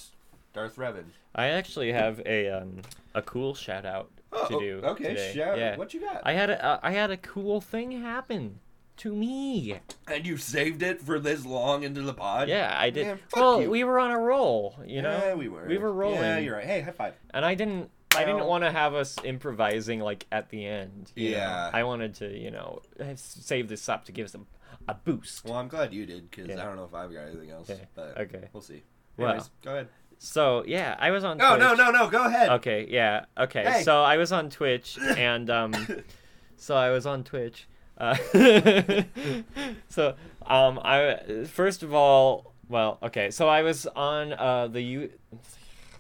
Darth Revan. I actually have a um, a cool shout out to do. okay. today. Shout. Yeah. What you got? I had a uh, I had a cool thing happen to me. and you saved it for this long into the pod. Yeah, I did. Man, fuck well, you. we were on a roll, you know. yeah, we were. we were rolling. Yeah, you're right. Hey, high five. And I didn't I didn't Well- want to have us improvising like at the end. you know. Yeah. I wanted to, you know, have- save this up to give us a, a boost. Well, I'm glad you did because Yeah. I don't know if I've got anything else, Okay, but okay. we'll see. Well, Anyways, go ahead. So yeah, I was on. No, Twitch. no, no, no. Go ahead. Okay, yeah. Okay, Hey. so I was on Twitch, and um, so I was on Twitch. Uh, so um, I first of all, well, okay, so I was on uh the you,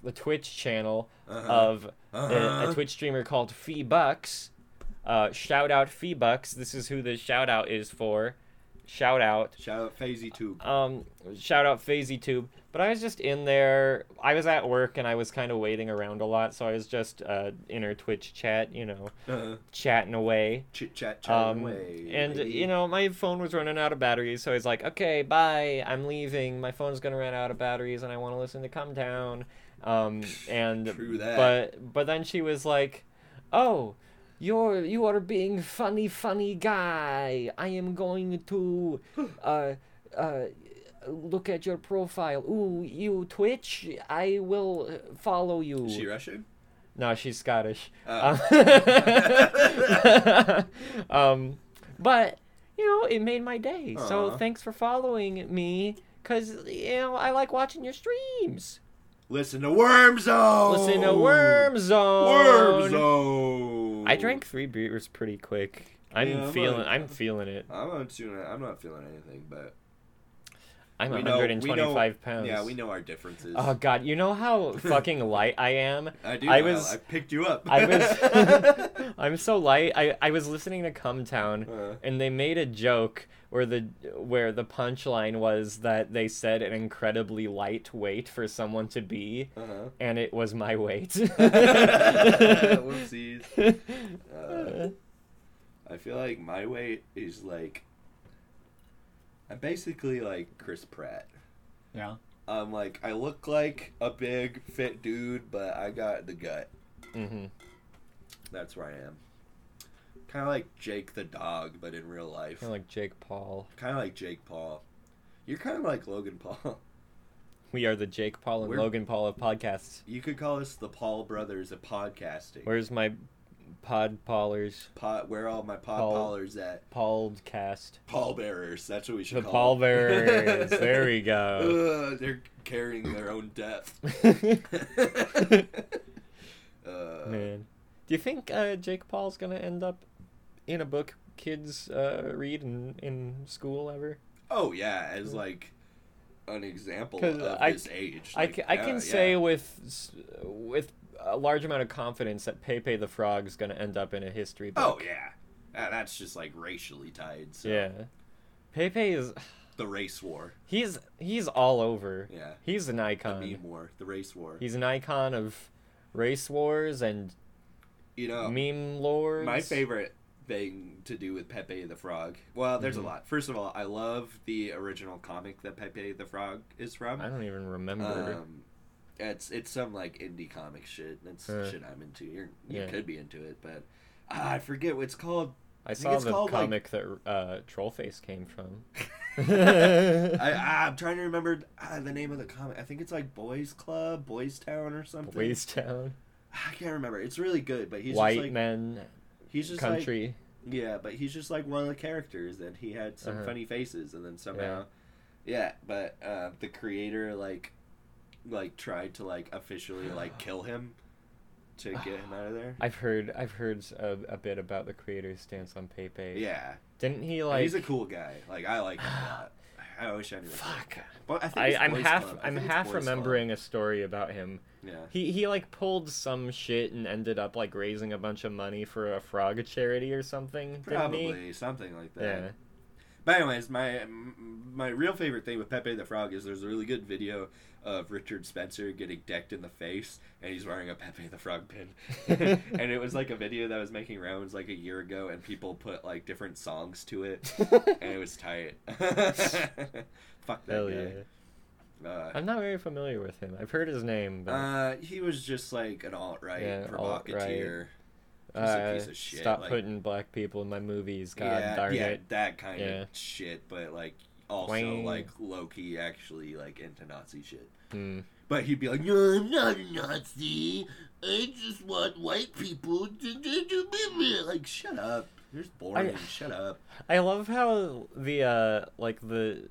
the Twitch channel Uh-huh. of a- a, Uh-huh. Twitch streamer called Fee Bucks. Uh, shout out Fee Bucks. This is who the shout out is for. Shout out Shout out Phasey Tube. um shout out Phasey Tube. But I was just in there. I was at work and I was kind of waiting around a lot, so I was just uh, in her Twitch chat, you know, Uh, chatting away. chit chat chat Um, away. and you know, my phone was running out of batteries, so I was like, "Okay, bye. I'm leaving. My phone's gonna run out of batteries, and I want to listen to Come Down." Um, and True that. but but then she was like, "Oh." You're you are being funny, funny guy. I am going to, uh, uh, look at your profile. Ooh, you Twitch. I will uh, follow you. Is she Russian? No, she's Scottish. Oh. Um, um, but you know, it made my day. So Aw. thanks for following me, cause you know I like watching your streams. Listen to Worm Zone. Listen to Worm Zone. Worm Zone. I drank three beers pretty quick. I'm Yeah, I'm feeling. like- I'm feeling it. I'm not doing. I'm not feeling anything, but I'm we know- we 125 know- pounds. Yeah, we know our differences. Oh God, you know how fucking light I am. I do. I know. was- I picked you up. I was. I'm so light. I I was listening to Come Town, Uh. and they made a joke where the where the punchline was that they said an incredibly light weight for someone to be, Uh-huh. and it was my weight. Mm-hmm. Whoopsies. Uh, I feel like my weight is like. I'm basically like Chris Pratt. Yeah. I'm like I look like a big fit dude, but I got the gut. hmm That's where I am. Kind of like Jake the dog, but in real life. Kind of like Jake Paul. Kind of like Jake Paul. You're kind of like Logan Paul. We are the Jake Paul and We're- Logan Paul of podcasts. You could call us the Paul brothers of podcasting. Where's my pod pollers? Pod, where are all my pod Paul- pollers at? Podcast. Paul bearers. That's what we should The call Paul them. Bearers. there we go. Uh, they're carrying their own death. uh, Man, do you think uh, Jake Paul's gonna end up in a book kids uh, read in, in school ever? oh yeah, as like an example 'Cause of I- this age. I Like, ca- I yeah, can yeah. say with s- with a large amount of confidence that Pepe the Frog's gonna end up in a history Oh book. yeah. Ah, that's just like racially tied. So. yeah. Pepe is The race war. he's he's all over. Yeah. He's an The icon. meme war. The race war. He's an icon of race wars and you know. meme lords. Oh. My favorite thing to do with Pepe the Frog. Well, there's Mhm. a lot. First of all, I love the original comic that Pepe the Frog is from. I don't even remember. Um, it's it's some like indie comic shit. That's Huh. shit I'm into. You're, you Uh, Yeah. could be into it, but ah, I forget what it's called. I think saw it's the called, like- comic that uh, Trollface came from. I, ah, I'm trying to remember ah, the name of the comic. I think it's like Boys Club, Boys Town, or something. Ah, Boys Town, I can't remember. It's really good, but he's white just like men, he's just like country. Yeah, but he's just like one of the characters, and he had some Uh-huh. funny faces, and then somehow, yeah. but uh, the creator like, like tried to like officially like kill him, to get him out of there. I've heard I've heard a, a bit about the creator's stance on Pepe. Yeah, Didn't he And like? he's a cool guy. Like I like him a lot. I wish I knew. Fuck. But I think I, it's I'm Boys half Club. I I'm think it's half Boys Club. remembering a story about him. Yeah. He he like pulled some shit and ended up like raising a bunch of money for a frog charity or something. Didn't Probably something like he? that. Yeah. But anyways, my my real favorite thing with Pepe the Frog is there's a really good video of Richard Spencer getting decked in the face, and he's wearing a Pepe the Frog pin. and it was like a video that was making rounds like a year ago, and people put like different songs to it, and it was tight. Fuck that Hell yeah. guy. Uh, I'm not very familiar with him. I've heard his name, but uh, he was just like an alt right Yeah, provocateur. uh, he's a piece of shit, stop like- putting black people in my movies. God yeah, darn yeah, it. that kind Yeah. of shit, but like also Wang. like Loki actually like into Nazi shit. Hmm. But he'd be like, "No, I'm not a Nazi. I just want white people to to- to be me." Like, shut up. You're just boring. I- shut up. I love how the uh like the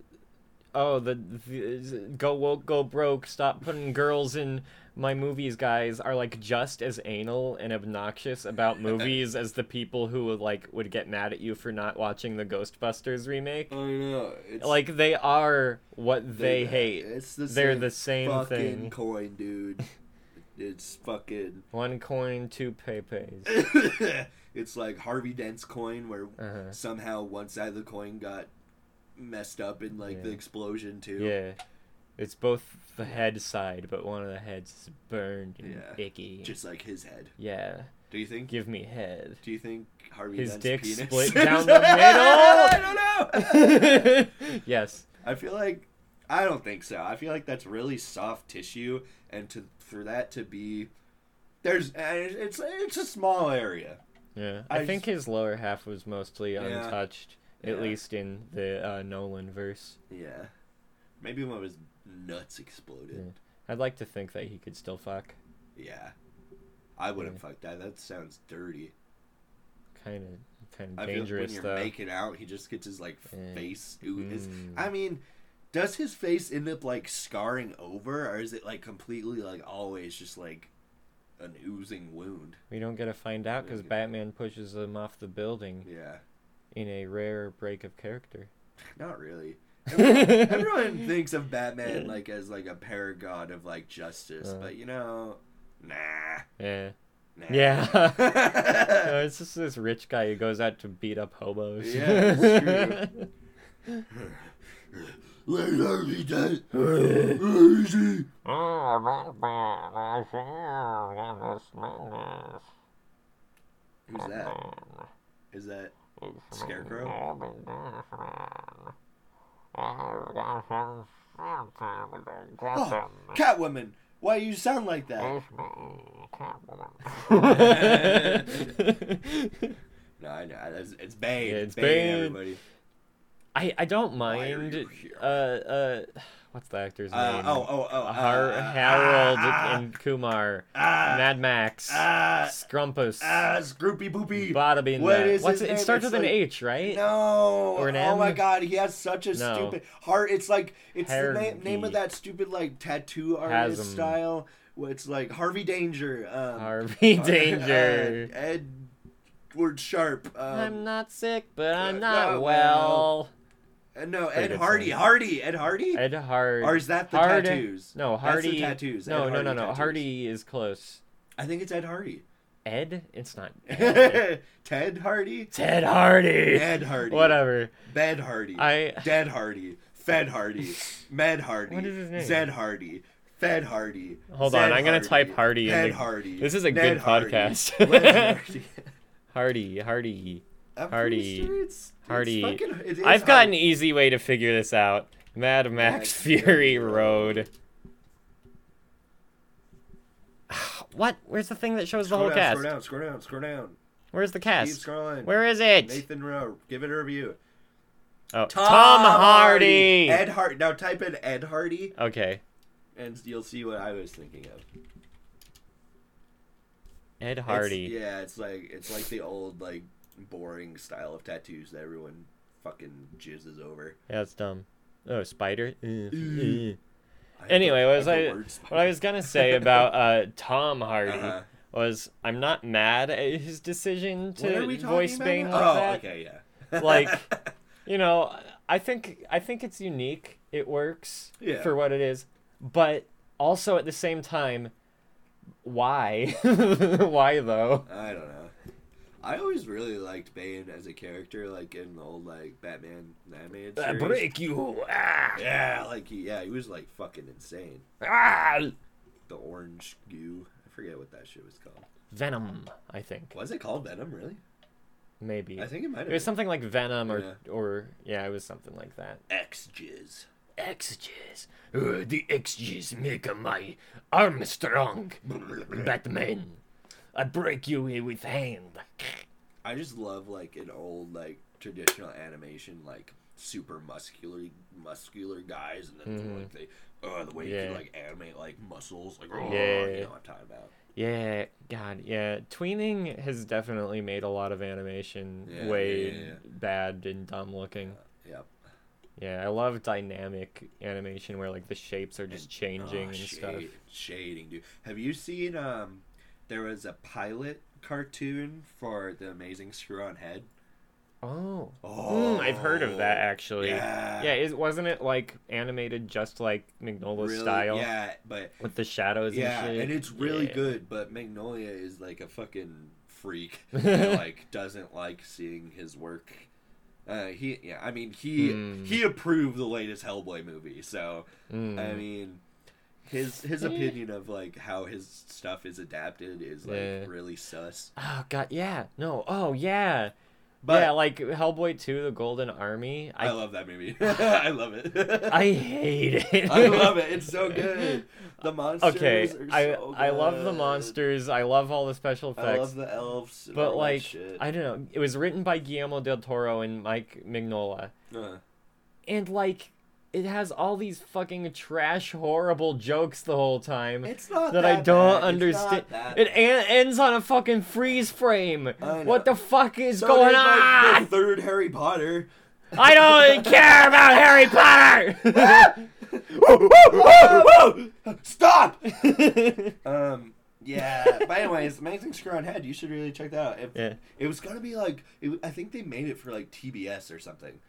oh the, the go woke go broke stop putting girls in my movies guys are like just as anal and obnoxious about movies as the people who would like would get mad at you for not watching the Ghostbusters remake. I know. It's Like they are what they hate. It's the They're same the same fucking thing. coin, dude. It's fucking. One coin, two pepes. it's like Harvey Dent's coin, where Uh-huh. somehow one side of the coin got messed up in like the Yeah. explosion too. Yeah. It's both the head side, but one of the heads is burned and Yeah. icky. Just like his head. Yeah. Do you think? Give me head. Do you think Harvey His Dent's dick penis split is- down the middle? I don't know. yes. I feel like I don't think so. I feel like that's really soft tissue, and to for that to be there's and it's it's a small area. Yeah. I I, just- think his lower half was mostly untouched, at Yeah. least in the uh, Nolan verse. Yeah, maybe when his nuts exploded. I'd like to think that he could still fuck. Yeah, I wouldn't fuck that. That sounds dirty. Kind of, kind I of feel like when dangerous you're though. making out, he just gets his like Yeah. face. Ooh, his, Mm. I mean, Does his face end up like scarring over, or is it like completely like always just like an oozing wound? We don't get to find out because Batman pushes him off the building Yeah, in a rare break of character. not really. Everyone, everyone thinks of Batman like as like a paragon of like justice, Uh. but you know, nah, Yeah. nah. Yeah. no, yeah, it's just this rich guy who goes out to beat up hobos. it's true. Let her be dead. Easy. Who's that? Is that Scarecrow? Oh, Catwoman. Why you sound like that? No, I know. It's, it's Bane. Yeah, it's Bane. Bane. Everybody. I, I don't Why are you mind. here? Uh, uh, what's the actor's Uh, name? oh, oh, oh. uh, Har- uh, Harold ah, and Kumar, ah, Mad Max, ah, Scrumpus, ah, Scroopy Poopy. Bada Bing. what Bada. is What's his it? It name? starts It's with an like- H, right? No. Or an oh my M? god, he has such a No. stupid heart. It's like it's the na- Harvey. name of that stupid like tattoo artist Hasm. style. Where it's like Harvey Danger. Um, Harvey uh, Danger. Uh, Edward Sharp. Um, I'm not sick, but I'm uh, not no, well. uh, no, Pretty Ed good Hardy. song. Hardy. Ed Hardy. Ed Hard. Or is that the Hard- tattoos? No, That's the Hardy. tattoos, Ed No, no, no, Hardy no. tattoos. Hardy is close. I think it's Ed Hardy. Ed? It's not. Ed. Ted Hardy. Ted Hardy. Ed Hardy. Whatever. Bed Hardy. I. Dead Hardy. Fed Hardy. Med Hardy. What is his name? Zed Hardy. Fed Hardy. Hold Zed on, I'm gonna type Hardy Ted into- Hardy. This is a Ned good Hardy, podcast. Len Hardy. Hardy. Hardy. I'm pretty Hardy. sure it's- it's Hardy. fucking- it is I've got an Hardy. easy way to figure this out. Mad Max Max Fury Fury Road. What? Where's the thing that shows the Scroll whole down, cast? Scroll down, scroll down, scroll down. Where's the Keep cast? scrolling. Where is it? Nathan Rowe, give it a review. oh, Tom Hardy. Ed Hardy. Now type in Ed Hardy, Okay, and you'll see what I was thinking of. It's- Ed Hardy. yeah, it's like it's like the old like boring style of tattoos that everyone fucking jizzes over. Yeah, it's dumb. Oh, spider. Ugh. Ew. Ugh. Anyway, what was I? What I was gonna say about uh, Tom Hardy Uh-huh. was I'm not mad at his decision What are to we talking voice about Bane now? like oh, that. okay, yeah. Like- You know, I think I think it's unique. It works Yeah. for what it is, but also at the same time, why? why though? I don't know. I always really liked Bane as a character, like in the old like Batman the animated series. you! Ah, Yeah, like he, yeah, he was like fucking insane. ah! The orange goo. I forget what that shit was called. Venom, I think Was it called Venom? Really? maybe. I think it might have It was been something like Venom or Yeah. or yeah, it was something like that. X jizz. Exes. Uh, the exes make my arm strong. Batman. I break you with hand. I just love like an old like traditional animation like super muscular muscular guys and then like they oh the way you can Mm-hmm. Yeah. like animate like muscles like oh, you Yeah. know what I'm talking about. Yeah, God, yeah. Tweening has definitely made a lot of animation Yeah, yeah, way yeah, yeah. bad and dumb looking. Yep. Yeah, I love dynamic animation where like the shapes are just changing Oh, and stuff. shade- Shading, dude. Have you seen um there was a pilot cartoon for the amazing screw on head? Oh. Oh Mm, I've heard of that actually. yeah. Yeah, is wasn't it like animated just like Magnola's Really, style Yeah, but with the shadows Yeah, and shit? and it's really Yeah. good, but Magnolia is like a fucking freak. that, like doesn't like seeing his work. Uh, he, yeah, I mean he Hmm. he approved the latest Hellboy movie, so Mm. I mean his his Eh. opinion of like how his stuff is adapted is like Yeah. really sus. Oh god, yeah. No. Oh yeah. But yeah, like Hellboy 2 The Golden Army. I, I I, love that movie. I love it. I, hate it. love it. It's so good. The monsters. Okay, are I so I love the good. monsters. I love all the special effects. I love the elves. and all but that like shit. I don't know. It was written by Guillermo del Toro and Mike Mignola. Uh. And like it has all these fucking trash horrible jokes the whole time. It's not that, I that don't bad. It's not understand. that It bad. an- ends on a fucking freeze frame. I know. What the fuck is So going did, like, on? the third Harry Potter. I don't care about Harry Potter. Stop! Um, yeah. By the way, it's amazing screw on head. You should really check that out. It, Yeah. it was gonna be like it, w- I think they made it for like TBS or something,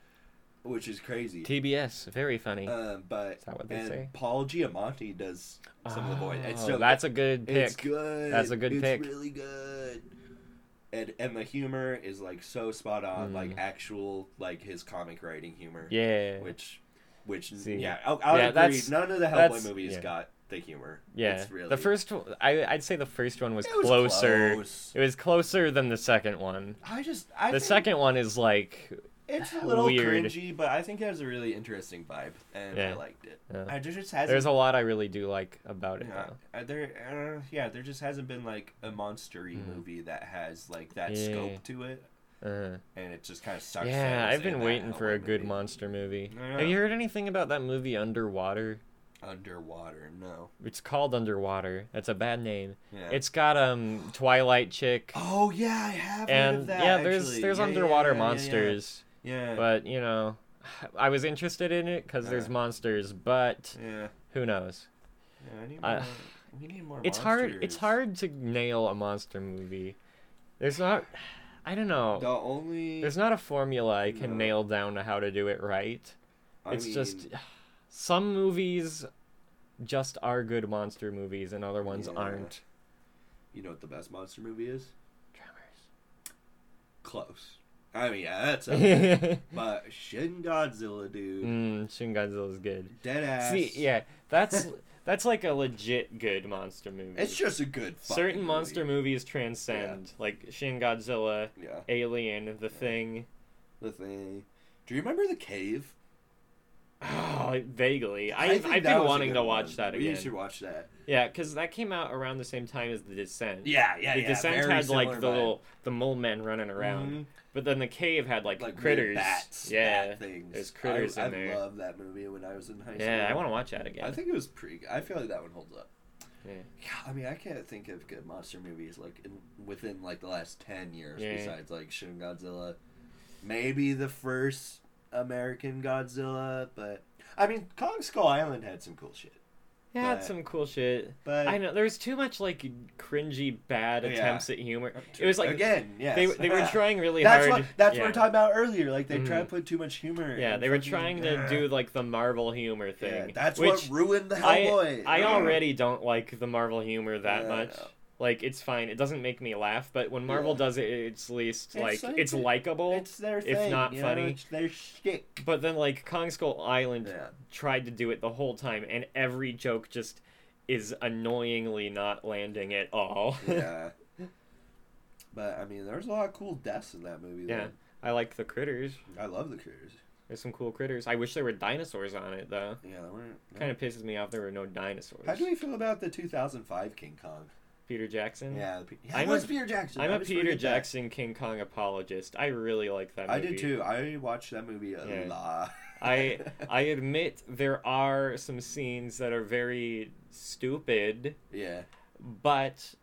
which is crazy. TBS, very funny. um, but that what they and say? Paul Giamatti does some of the voice. It's Oh, so that's a good pick. it's good. That's a good it's pick. Really good. And and the humor is like so spot on, like Mm. actual like his comic writing humor. Yeah. Which, which See. yeah, I'll, I'll Yeah, agree. that's- None of the Hellboy that's- movies yeah. got the humor. yeah. It's really, The first one, I, I'd say the first one was It was closer. close. It was closer than the second one. I just I the think second one is like, it's a little weird. cringy, but I think it has a really interesting vibe, and I Yeah. liked it. Yeah. I just, just hasn't there's a lot I really do like about it. Yeah, though. uh, there, uh, yeah, there just hasn't been like a monstery movie that has like that Hmm. Yeah. scope to it, Uh-huh. and it just kind of sucks. that Yeah, it's I've been in that waiting for a Hellboy good movie. monster movie. I know. Have you heard anything about that movie Underwater? Underwater, no. It's called Underwater. That's a bad name. Yeah. It's got um Twilight chick Oh yeah, I have heard and of that. yeah, there's actually. there's Yeah, yeah, underwater yeah, yeah, yeah. monsters, Yeah. but you know, I was interested in it because there's Uh. monsters, but yeah. who knows? Yeah, I need more. I- we need more. It's hard. monsters. It's hard to nail a monster movie. There's not. I don't know. The only There's not a formula I can No. nail down to how to do it right. I It's just mean, some movies just are good monster movies and other ones Yeah. aren't. you know what the best monster movie is? Close. I mean, yeah, that's up there. Tremors. but Shin Godzilla, dude. mm, Shin Godzilla is good. Dead ass. See, yeah, that's that's like a legit good monster movie. It's just a good fucking certain movie. monster movies transcend, like Shin Godzilla, Yeah, Alien, The Thing. the thing. Do you remember the cave? Oh, vaguely. I, think I've that was been a wanting to good watch one. that We again. should watch that. Yeah, because that came out around the same time as The Descent. Yeah, yeah, The yeah. Descent very had like similar the vibe. little the mole men running around, Mhm. but then the cave had like, like critters. critters, bats, yeah, bat things. there's critters I, in I there. love that movie when I was in high school. yeah, I want to watch that again. I think it was pretty. good. I feel like that one holds up. Yeah. God, I mean, I can't think of good monster movies like in, within like the last ten years. Yeah. Besides like Shin Godzilla, maybe the first American Godzilla, but I mean, Kong Skull Island had some cool shit. yeah, but- it's some cool shit. But I know there's too much like cringy bad Yeah. attempts at humor. It was like again, yes. they they were trying really that's hard. what that's what yeah. I'm talking about earlier. Like they Mhm. try to put too much humor. Yeah, in they were fucking- trying to Yeah. do like the Marvel humor Yeah, thing. that's which what ruined the I Hellboy. I already don't like the Marvel humor that Yeah, I much. know. Like it's fine. It doesn't make me laugh, but when Marvel Yeah. does it, it's least It's like like it's it- likable. It's their if thing. not you funny. Know? It's their shtick. But then, like, Kong Skull Island Yeah. tried to do it the whole time, and every joke just is annoyingly not landing at all. Yeah. but I mean, there's a lot of cool deaths in that movie. Yeah. though. I like the critters. I love the critters. There's some cool critters. I wish there were dinosaurs on it, though. Yeah, they weren't. Kind of pisses me off there were no dinosaurs. How do we feel about the 2005 King Kong? Peter Jackson? Yeah, the Pe- yeah, it Mm. I'm a- was Peter Jackson. I'm I a always Peter forget that. Jackson King Kong apologist. I really like that I movie. did too. I watched that movie a Yeah. lot. I I admit there are some scenes that are very stupid. yeah. but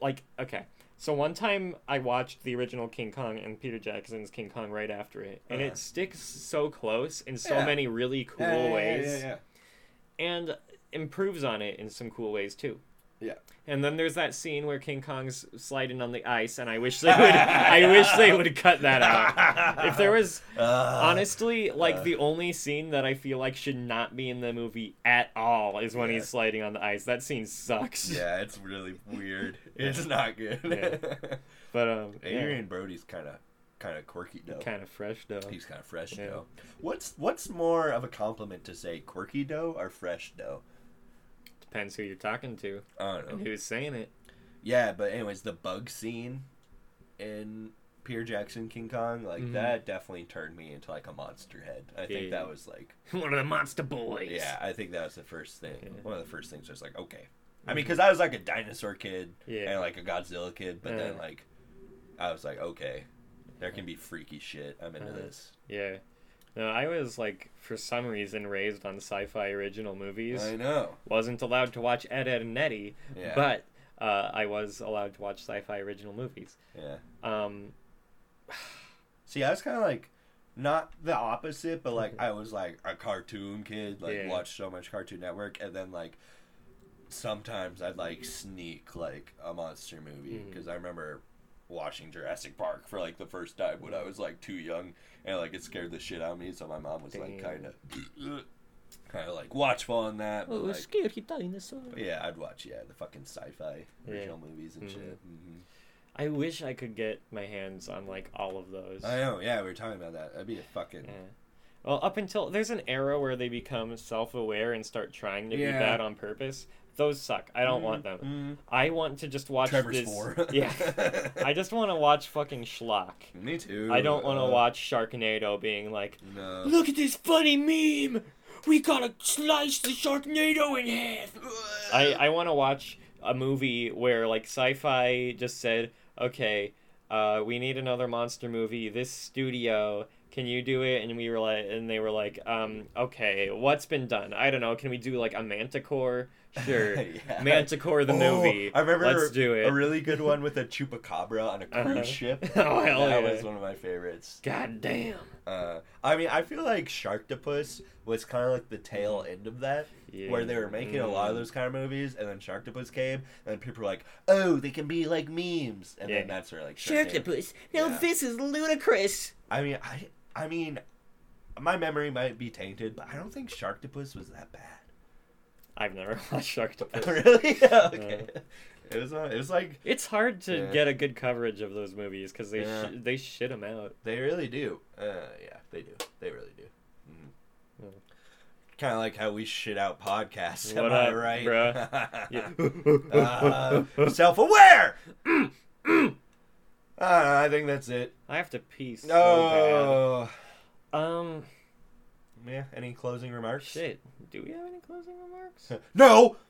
like okay so one time i watched the original king kong and peter jackson's king kong right after it and Uh-huh. it sticks so close in so Yeah. many really cool Yeah, yeah, yeah, ways Yeah, yeah, and improves on it in some cool ways too Yeah. and then there's that scene where king kong's sliding on the ice and i wish they would i wish they would cut that out if there was Uh, honestly like uh. the only scene that i feel like should not be in the movie at all is when Yeah. he's sliding on the ice that scene sucks Yeah, it's really weird. It's not good. Yeah. but um yeah. Adrian Brody's kind of kind of quirky though. kind of fresh dough. He's kind of fresh Yeah. dough. What's what's more of a compliment to say quirky dough or fresh dough? Depends who you're talking to I don't and know. who's saying it. Yeah, but anyways, the bug scene in Peter Jackson King Kong like Mhm. that definitely turned me into like a monster head. I think Yeah. that was like One of the monster boys. yeah, I think that was the first thing. Yeah. Mm-hmm. One of the first things was like okay. I mean, because I was like a dinosaur kid Yeah. Uh. and like a Godzilla kid, but then Yeah. like I was like okay, there can be freaky shit. I'm into Uh-huh. this. Yeah. No, I was like, for some reason, raised on sci-fi original movies. I know. Wasn't allowed to watch Ed, Ed and Nettie, Yeah. but uh, I was allowed to watch sci-fi original movies. Yeah. Um, See, I was kind of like not the opposite, but like I was like a cartoon kid, like Mm-hmm. Yeah. watched so much Cartoon Network, and then like sometimes I'd like sneak like a monster movie Mm-hmm. because I remember watching Jurassic Park for like the first time when I was like too young, and like it scared the shit out of me. So my mom was like Damn. kind of kind of like watchful on that. oh, But, like, scary dinosaur. but yeah, I'd watch yeah the fucking sci-fi Yeah. original movies and Mhm. shit. hmm I wish I could get my hands on like all of those. I know. Yeah, we were talking about that. That'd be a fucking Yeah. Well, up until there's an era where they become self-aware and start trying to be Yeah. bad on purpose. Those suck. I don't want them. Mhm. I want to just watch Trevor's this. four. yeah. I just want to watch fucking schlock. Me too. I don't want to uh, watch Sharknado being like, No. look at this funny meme. We gotta slice the Sharknado in half. I, I want to watch a movie where like sci-fi just said, okay, uh, we need another monster movie. This studio, can you do it? And we were like, and they were like, um, okay, what's been done? I don't know. Can we do like a Manticore? Sure, Yeah. Manticore the Oh, movie. I remember Let's do it. a really good one with a chupacabra on a cruise Uh-huh. ship. Oh, hell that yeah. was one of my favorites. God damn. Uh, I mean, I feel like Sharktopus was kind of like the tail Mm-hmm. end of that, where they were making a Mm. lot of those kind of movies, and then Sharktopus came, and people were like, "Oh, they can be like memes," and Yeah. then that's where like Sharktopus. Sharktopus. Now Yeah. this is ludicrous. I mean, I, I mean, my memory might be tainted, but I don't think Sharktopus was that bad. I've never watched Sharktopus. really? Yeah, okay. it was. Uh, it was like It's hard to Yeah. get a good coverage of those movies because they Yeah. sh- they shit them out. they really do. Uh, yeah, they do. They really do. Mhm. Yeah. Kind of like how we shit out podcasts. What am I up, right? bruh? Ah. Yeah. uh, self-aware. uh, I think that's it. I have to pee. So No. bad. Um. yeah. Any closing remarks? Shit. Do we have any closing remarks? No.